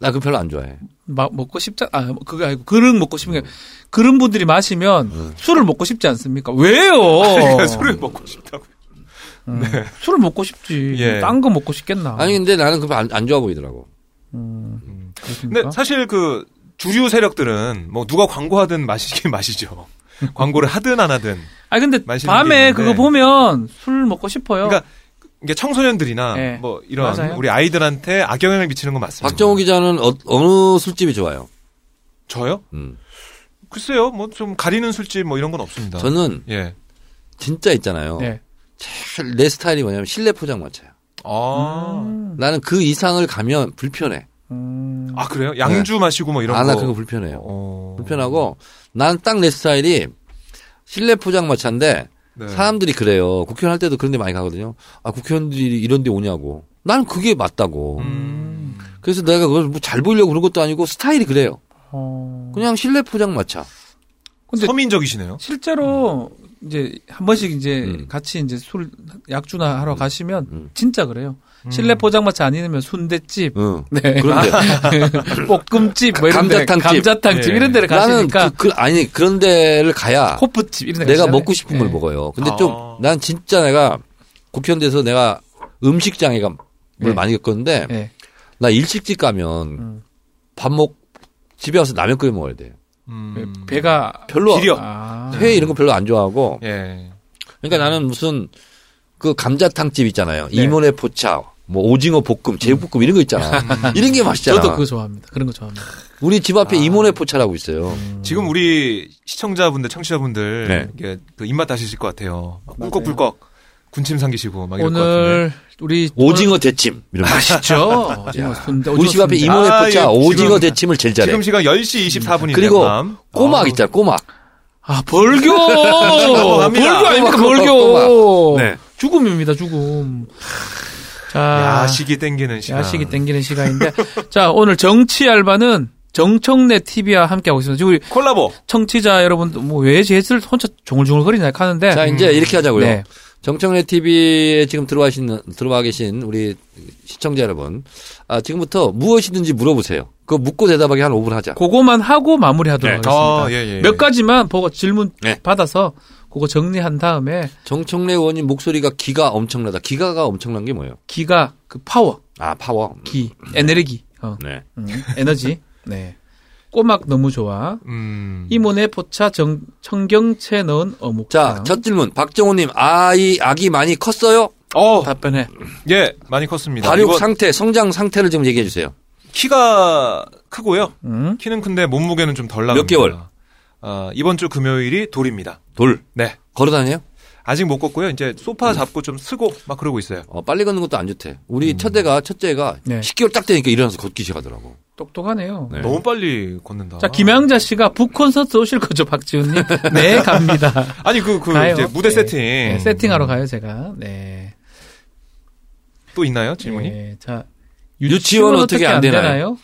Speaker 2: 나 그거 별로 안 좋아해.
Speaker 1: 막 먹고 싶자 아 그게 아니고 그릇 먹고 싶은 게 그런 분들이 마시면 술을 먹고 싶지 않습니까? 왜요?
Speaker 3: 음.
Speaker 1: 어.
Speaker 3: 그러니까 술을 먹고 싶다고.
Speaker 1: 음, 술을 먹고 싶지.
Speaker 3: 예.
Speaker 1: 딴 거 먹고 싶겠나? 음,
Speaker 2: 아니, 근데 나는 그거 안, 안 좋아 보이더라고.
Speaker 1: 그렇습니까?
Speaker 3: 음. 근데 사실 그 주류 세력들은 뭐 누가 광고하든 마시긴 마시죠. 광고를 하든 안 하든.
Speaker 1: 아니 근데
Speaker 3: 마시는 게
Speaker 1: 밤에
Speaker 3: 있는데.
Speaker 1: 그거 보면 술 먹고 싶어요.
Speaker 3: 그러니까 이게 청소년들이나
Speaker 1: 네.
Speaker 3: 뭐 이런
Speaker 1: 맞아요.
Speaker 3: 우리 아이들한테 악영향을 미치는 건 맞습니다.
Speaker 2: 박정호 기자는 어, 어느 술집이 좋아요?
Speaker 3: 저요?
Speaker 2: 음.
Speaker 3: 글쎄요, 뭐 좀 가리는 술집 뭐 이런 건 없습니다.
Speaker 2: 저는
Speaker 3: 예.
Speaker 2: 진짜 있잖아요.
Speaker 1: 네.
Speaker 2: 제일 내 스타일이 뭐냐면 실내 포장마차야.
Speaker 3: 아,
Speaker 2: 나는 그 이상을 가면 불편해.
Speaker 1: 음,
Speaker 3: 아 그래요? 양주 마시고 뭐 이런
Speaker 2: 아,
Speaker 3: 거.
Speaker 2: 나 그거 불편해요.
Speaker 3: 어.
Speaker 2: 불편하고 난 딱 내 스타일이 실내 포장마차인데
Speaker 3: 네.
Speaker 2: 사람들이 그래요. 국회의원 할 때도 그런 데 많이 가거든요. 아, 국회의원들이 이런 데 오냐고. 난 그게 맞다고.
Speaker 3: 음.
Speaker 2: 그래서 내가 그걸 뭐 잘 보이려고 그런 것도 아니고 스타일이 그래요.
Speaker 1: 어.
Speaker 2: 그냥 실내 포장마차.
Speaker 1: 근데
Speaker 3: 서민적이시네요.
Speaker 1: 실제로 이제 한 번씩 이제
Speaker 2: 음.
Speaker 1: 같이 이제 술 약주나 하러 가시면
Speaker 2: 음.
Speaker 1: 진짜 그래요. 실내 포장마차 아니면 순대집,
Speaker 2: 응.
Speaker 1: 네.
Speaker 2: 그런데
Speaker 1: 볶음집, 뭐 이런 데,
Speaker 2: 감자탕집.
Speaker 1: 감자탕집
Speaker 3: 예.
Speaker 1: 이런 데를
Speaker 2: 나는
Speaker 1: 가시니까
Speaker 2: 그, 그- 아니 그런 데를 가야
Speaker 1: 호프집 이런 데
Speaker 2: 내가
Speaker 1: 가시잖아요.
Speaker 2: 먹고 싶은 걸
Speaker 1: 예.
Speaker 2: 먹어요. 근데
Speaker 3: 아.
Speaker 2: 좀 난 진짜 내가 국현대에서 내가 음식 장애가 뭘
Speaker 1: 네.
Speaker 2: 많이 겪었는데
Speaker 1: 예.
Speaker 2: 나 일식집 가면
Speaker 1: 음.
Speaker 2: 밥 먹 집에 와서 라면 끓여 먹어야 돼.
Speaker 3: 음.
Speaker 1: 배가
Speaker 2: 별로
Speaker 3: 비려.
Speaker 1: 아.
Speaker 2: 회 이런 거 별로 안 좋아하고
Speaker 3: 예.
Speaker 2: 그러니까 나는 무슨 그 감자탕집 있잖아요.
Speaker 1: 네.
Speaker 2: 이모네 포차 뭐 오징어 볶음, 제육볶음 이런 거 있잖아. 이런 게 맛있잖아.
Speaker 1: 저도 그거 좋아합니다. 그런 거 좋아합니다.
Speaker 2: 우리 집 앞에 이모네 포차라고 있어요.
Speaker 3: 지금 우리 시청자분들, 청취자분들
Speaker 2: 네.
Speaker 3: 이게 그 입맛 다시실 것 같아요. 막 꿀꺽꿀꺽 군침 삼기시고 막 아, 이럴 것 같은데.
Speaker 1: 오늘 우리
Speaker 2: 오징어 대침. 이런 거.
Speaker 1: 맛있죠. 오징어 순대.
Speaker 2: 우리 집 앞에
Speaker 1: 순대.
Speaker 2: 이모네
Speaker 3: 아,
Speaker 2: 포차
Speaker 3: 예,
Speaker 2: 오징어
Speaker 3: 지금-
Speaker 2: 대침을 제일 잘해.
Speaker 3: 지금 시간 10시 24분이네요.
Speaker 2: 그리고 꼬막 있잖아, 꼬막.
Speaker 1: 아 벌교.
Speaker 3: 합니다.
Speaker 1: 벌교 아닙니까
Speaker 2: 꼬막,
Speaker 1: 벌교.
Speaker 3: 네.
Speaker 1: 죽음입니다 죽음. 자
Speaker 3: 야식이 땡기는 시간.
Speaker 1: 아. 야식이 땡기는 시간인데 자 오늘 정치 알바는 정청래 TV와 함께 하고 있습니다. 지금 우리
Speaker 3: 콜라보.
Speaker 1: 청취자 여러분 뭐왜 제스를 혼자 종얼종얼거리냐 하는데
Speaker 2: 자, 이제 이렇게 하자고요.
Speaker 1: 네.
Speaker 2: 정청래 TV에 지금 들어와신, 들어와 계신 우리 시청자 여러분. 아, 지금부터 무엇이든지 물어보세요. 그거 묻고 대답하기 한 5분 하자.
Speaker 1: 그거만 하고 마무리하도록 하겠습니다.
Speaker 3: 아, 예, 예.
Speaker 1: 몇 가지만 보고 질문
Speaker 2: 네.
Speaker 1: 받아서 그거 정리한 다음에
Speaker 2: 정청래 의원님 목소리가 기가 엄청나다. 기가가 엄청난 게 뭐예요?
Speaker 1: 기가 그 파워
Speaker 2: 아, 파워.
Speaker 1: 기 에너지 어,
Speaker 2: 네.
Speaker 1: 음, 에너지 네 꼬막 너무 좋아
Speaker 3: 음.
Speaker 1: 이모네 포차 정, 청경채 넣은 어묵
Speaker 2: 자, 첫 질문. 박정호님, 아이, 아기 많이 컸어요?
Speaker 3: 어,
Speaker 1: 답변해
Speaker 3: 예, 많이 컸습니다.
Speaker 2: 발육
Speaker 3: 이거
Speaker 2: 상태, 성장 상태를 지금 얘기해 주세요.
Speaker 3: 키가 크고요.
Speaker 1: 음.
Speaker 3: 키는 큰데 몸무게는 좀 덜 나갑니다.
Speaker 2: 개월?
Speaker 3: 아, 이번 주 금요일이 돌입니다.
Speaker 2: 돌.
Speaker 3: 네.
Speaker 2: 걸어 다녀요?
Speaker 3: 아직 못 걷고요. 이제
Speaker 2: 음.
Speaker 3: 소파 잡고 좀 쓰고 막 그러고 있어요.
Speaker 2: 어, 빨리 걷는 것도 안 좋대. 우리 첫째가, 첫째가
Speaker 1: 네.
Speaker 2: 10개월 딱 되니까 일어나서 걷기 시작하더라고.
Speaker 1: 똑똑하네요
Speaker 2: 네.
Speaker 3: 너무 빨리 걷는다.
Speaker 1: 자 김양자 씨가 북 콘서트 오실 거죠 박지훈님 네 갑니다
Speaker 3: 아니 그 그
Speaker 1: 가요.
Speaker 3: 이제 무대
Speaker 1: 네.
Speaker 3: 세팅
Speaker 2: 예.
Speaker 1: 네, 세팅하러 가요 제가 네
Speaker 3: 또 있나요 질문이?
Speaker 1: 네, 자
Speaker 2: 유치원 어떻게 안 되나요?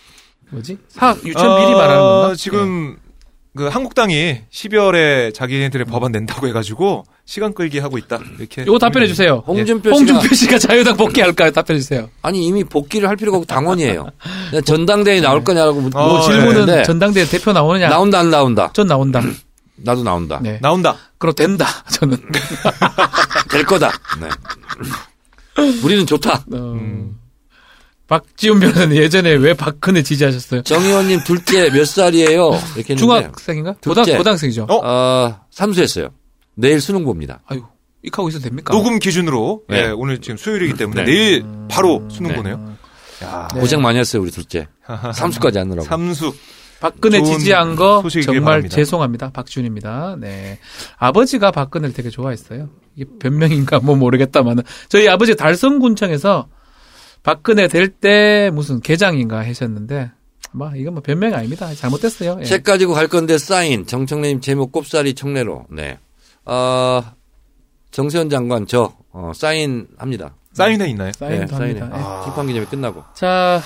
Speaker 1: 뭐지 사학 유치원 미리 말하는 건가 네.
Speaker 3: 아, 지금 그 한국당이 12월에 자기네들의 법안 낸다고 해가지고 시간 끌기 하고 있다 이렇게.
Speaker 1: 네. 요거 답변해 주세요
Speaker 2: 네. 홍준표 씨가-
Speaker 1: 홍준표 씨가 자유당 복귀할까요 답변해 주세요
Speaker 2: 아니 이미 복귀를 할 필요가 없고 당원이에요. 내가 전당대회 나올 거냐라고 묻-
Speaker 3: 어,
Speaker 2: 뭐
Speaker 1: 질문은
Speaker 2: 질문은
Speaker 1: 예. 전당대회 대표 나오느냐
Speaker 2: 나온다 음. 안 나온다.
Speaker 1: 전 나온다
Speaker 2: 나도 나온다.
Speaker 1: 네
Speaker 3: 나온다.
Speaker 1: 그럼 된다 저는
Speaker 2: 될 거다. 네. 우리는 좋다.
Speaker 1: 어, 박지훈 변호사님 예전에 왜 박근혜 지지하셨어요?
Speaker 2: 정 의원님 둘째 몇 살이에요? 이렇게 했는데
Speaker 1: 중학생인가? 고등,
Speaker 2: 둘째.
Speaker 1: 고등학생이죠.
Speaker 3: 어?
Speaker 2: 어, 삼수했어요. 내일 수능 봅니다.
Speaker 1: 아유, 익하고 있어도 됩니까?
Speaker 3: 녹음 기준으로
Speaker 2: 네.
Speaker 3: 예, 오늘 지금 수요일이기 때문에
Speaker 2: 네.
Speaker 3: 내일 바로 수능 보네요.
Speaker 1: 네.
Speaker 2: 고생 많이 했어요 우리 둘째. 삼수까지 하느라고.
Speaker 3: 삼수.
Speaker 1: 박근혜
Speaker 3: 좋은
Speaker 1: 지지한 거
Speaker 3: 소식이길
Speaker 1: 정말
Speaker 3: 바랍니다.
Speaker 1: 죄송합니다. 박준입니다. 네. 아버지가 박근혜를 되게 좋아했어요. 이게 변명인가 뭐 모르겠다만은 저희 아버지 달성군청에서 박근혜 될 때 무슨 개장인가 하셨는데 아마 이건 뭐 변명이 아닙니다. 잘못됐어요. 예.
Speaker 2: 책 가지고 갈 건데 사인 정청래님 제목 꼽사리 청래로. 네. 어, 정세현 장관 저 어, 사인 합니다.
Speaker 3: 사인회 있나요?
Speaker 1: 사인도
Speaker 2: 사인해.
Speaker 1: 합니다. 예.
Speaker 2: 아, 기념회 끝나고.
Speaker 1: 자,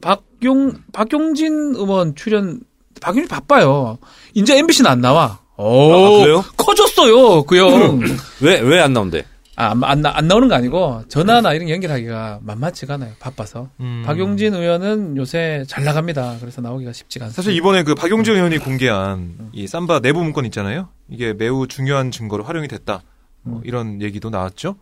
Speaker 1: 박용, 박용진 의원 출연, 박용진 바빠요. 이제 MBC는 안 나와. 오,
Speaker 2: 아, 그래요?
Speaker 1: 커졌어요, 그 형.
Speaker 3: 음.
Speaker 2: 왜 왜 안 나온대?
Speaker 1: 아, 안, 안, 나- 안 나오는 거 아니고, 전화나 이런 게 연결하기가 만만치가 않아요. 바빠서.
Speaker 3: 음.
Speaker 1: 박용진 의원은 요새 잘 나갑니다. 그래서 나오기가 쉽지가 않습니다.
Speaker 3: 사실 이번에 그 박용진 의원이 공개한 이 삼바 내부 문건 있잖아요. 이게 매우 중요한 증거로 활용이 됐다. 뭐 이런 얘기도 나왔죠.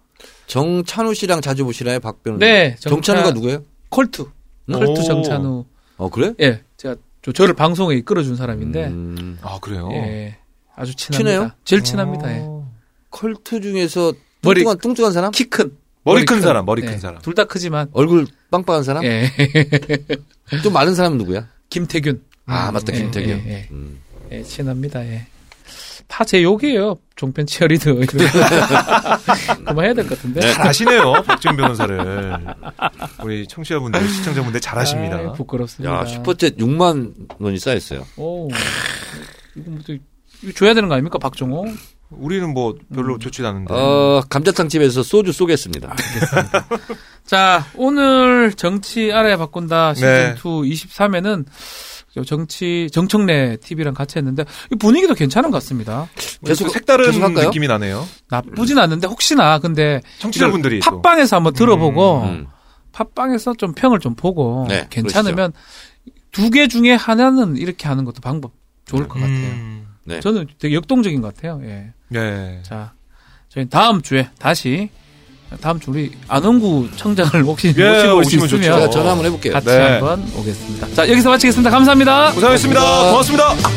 Speaker 2: 정찬우 씨랑 자주 보시나요 박 변호사?
Speaker 1: 네, 정찬-
Speaker 2: 정찬우가 누구예요?
Speaker 1: 컬투.
Speaker 2: 음?
Speaker 1: 컬투
Speaker 3: 오.
Speaker 1: 정찬우.
Speaker 2: 어 그래?
Speaker 1: 예, 제가, 저, 저를 방송에 이끌어준 사람인데,
Speaker 2: 음,
Speaker 3: 아 그래요.
Speaker 1: 예, 아주 친합니다.
Speaker 2: 친해요?
Speaker 1: 제일 친합니다. 예.
Speaker 2: 컬트 중에서
Speaker 1: 머리-
Speaker 2: 뚱뚱한 뚱뚱한 사람?
Speaker 1: 키 큰. 네. 예.
Speaker 3: 머리 큰 사람, 머리 큰 사람. 아.
Speaker 1: 둘 다 크지만,
Speaker 2: 얼굴 빵빵한 사람?
Speaker 1: 예.
Speaker 2: 좀 마른 사람은 누구야?
Speaker 1: 김태균.
Speaker 2: 아 맞다
Speaker 1: 예,
Speaker 2: 김태균.
Speaker 1: 예, 예.
Speaker 2: 음.
Speaker 1: 예, 친합니다. 예. 다 제 욕이에요. 종편 치어리더. 이런 거. 그만해야 될 것 같은데.
Speaker 3: 잘 아시네요, 박준 변호사를. 우리 청취자분들, 시청자분들 잘 아십니다.
Speaker 1: 아이, 예. 부끄럽습니다.
Speaker 2: 야 슈퍼챗 6만 원이 쌓였어요.
Speaker 1: 오. 이거 뭐 또, 이거 줘야 되는 거 아닙니까, 박종호?
Speaker 3: 우리는 뭐 별로 좋지 않은데.
Speaker 2: 어 감자탕 집에서 소주 쏘겠습니다.
Speaker 1: 자, 오늘 정치 알아야 바꾼다
Speaker 3: 네.
Speaker 1: 시즌2 23회는 정치, 정청래 TV랑 같이 했는데, 이 분위기도 괜찮은 것 같습니다.
Speaker 3: 계속
Speaker 2: 계속-
Speaker 3: 색다른
Speaker 2: 계속 할까요?
Speaker 3: 느낌이 나네요.
Speaker 1: 나쁘진 않은데, 혹시나, 근데,
Speaker 3: 청취자분들이 또.
Speaker 1: 팟빵에서 한번 들어보고,
Speaker 2: 음.
Speaker 1: 팟빵에서 좀 평을 좀 보고
Speaker 2: 네,
Speaker 1: 괜찮으면 두 개 중에 하나는 이렇게 하는 것도 방법 좋을 것 같아요.
Speaker 3: 음,
Speaker 2: 네.
Speaker 1: 저는 되게 역동적인 것 같아요. 예.
Speaker 3: 네.
Speaker 1: 자, 저희 다음 주에 다시 다음 주 우리 안원구 청장을 혹시
Speaker 3: 예,
Speaker 1: 모시고 올 수
Speaker 3: 오시면 좋죠.
Speaker 1: 있으면
Speaker 2: 제가 전화 한번 해볼게요.
Speaker 1: 같이
Speaker 3: 네.
Speaker 1: 한번 오겠습니다. 자, 여기서 마치겠습니다. 감사합니다.
Speaker 3: 고생하셨습니다. 고맙습니다.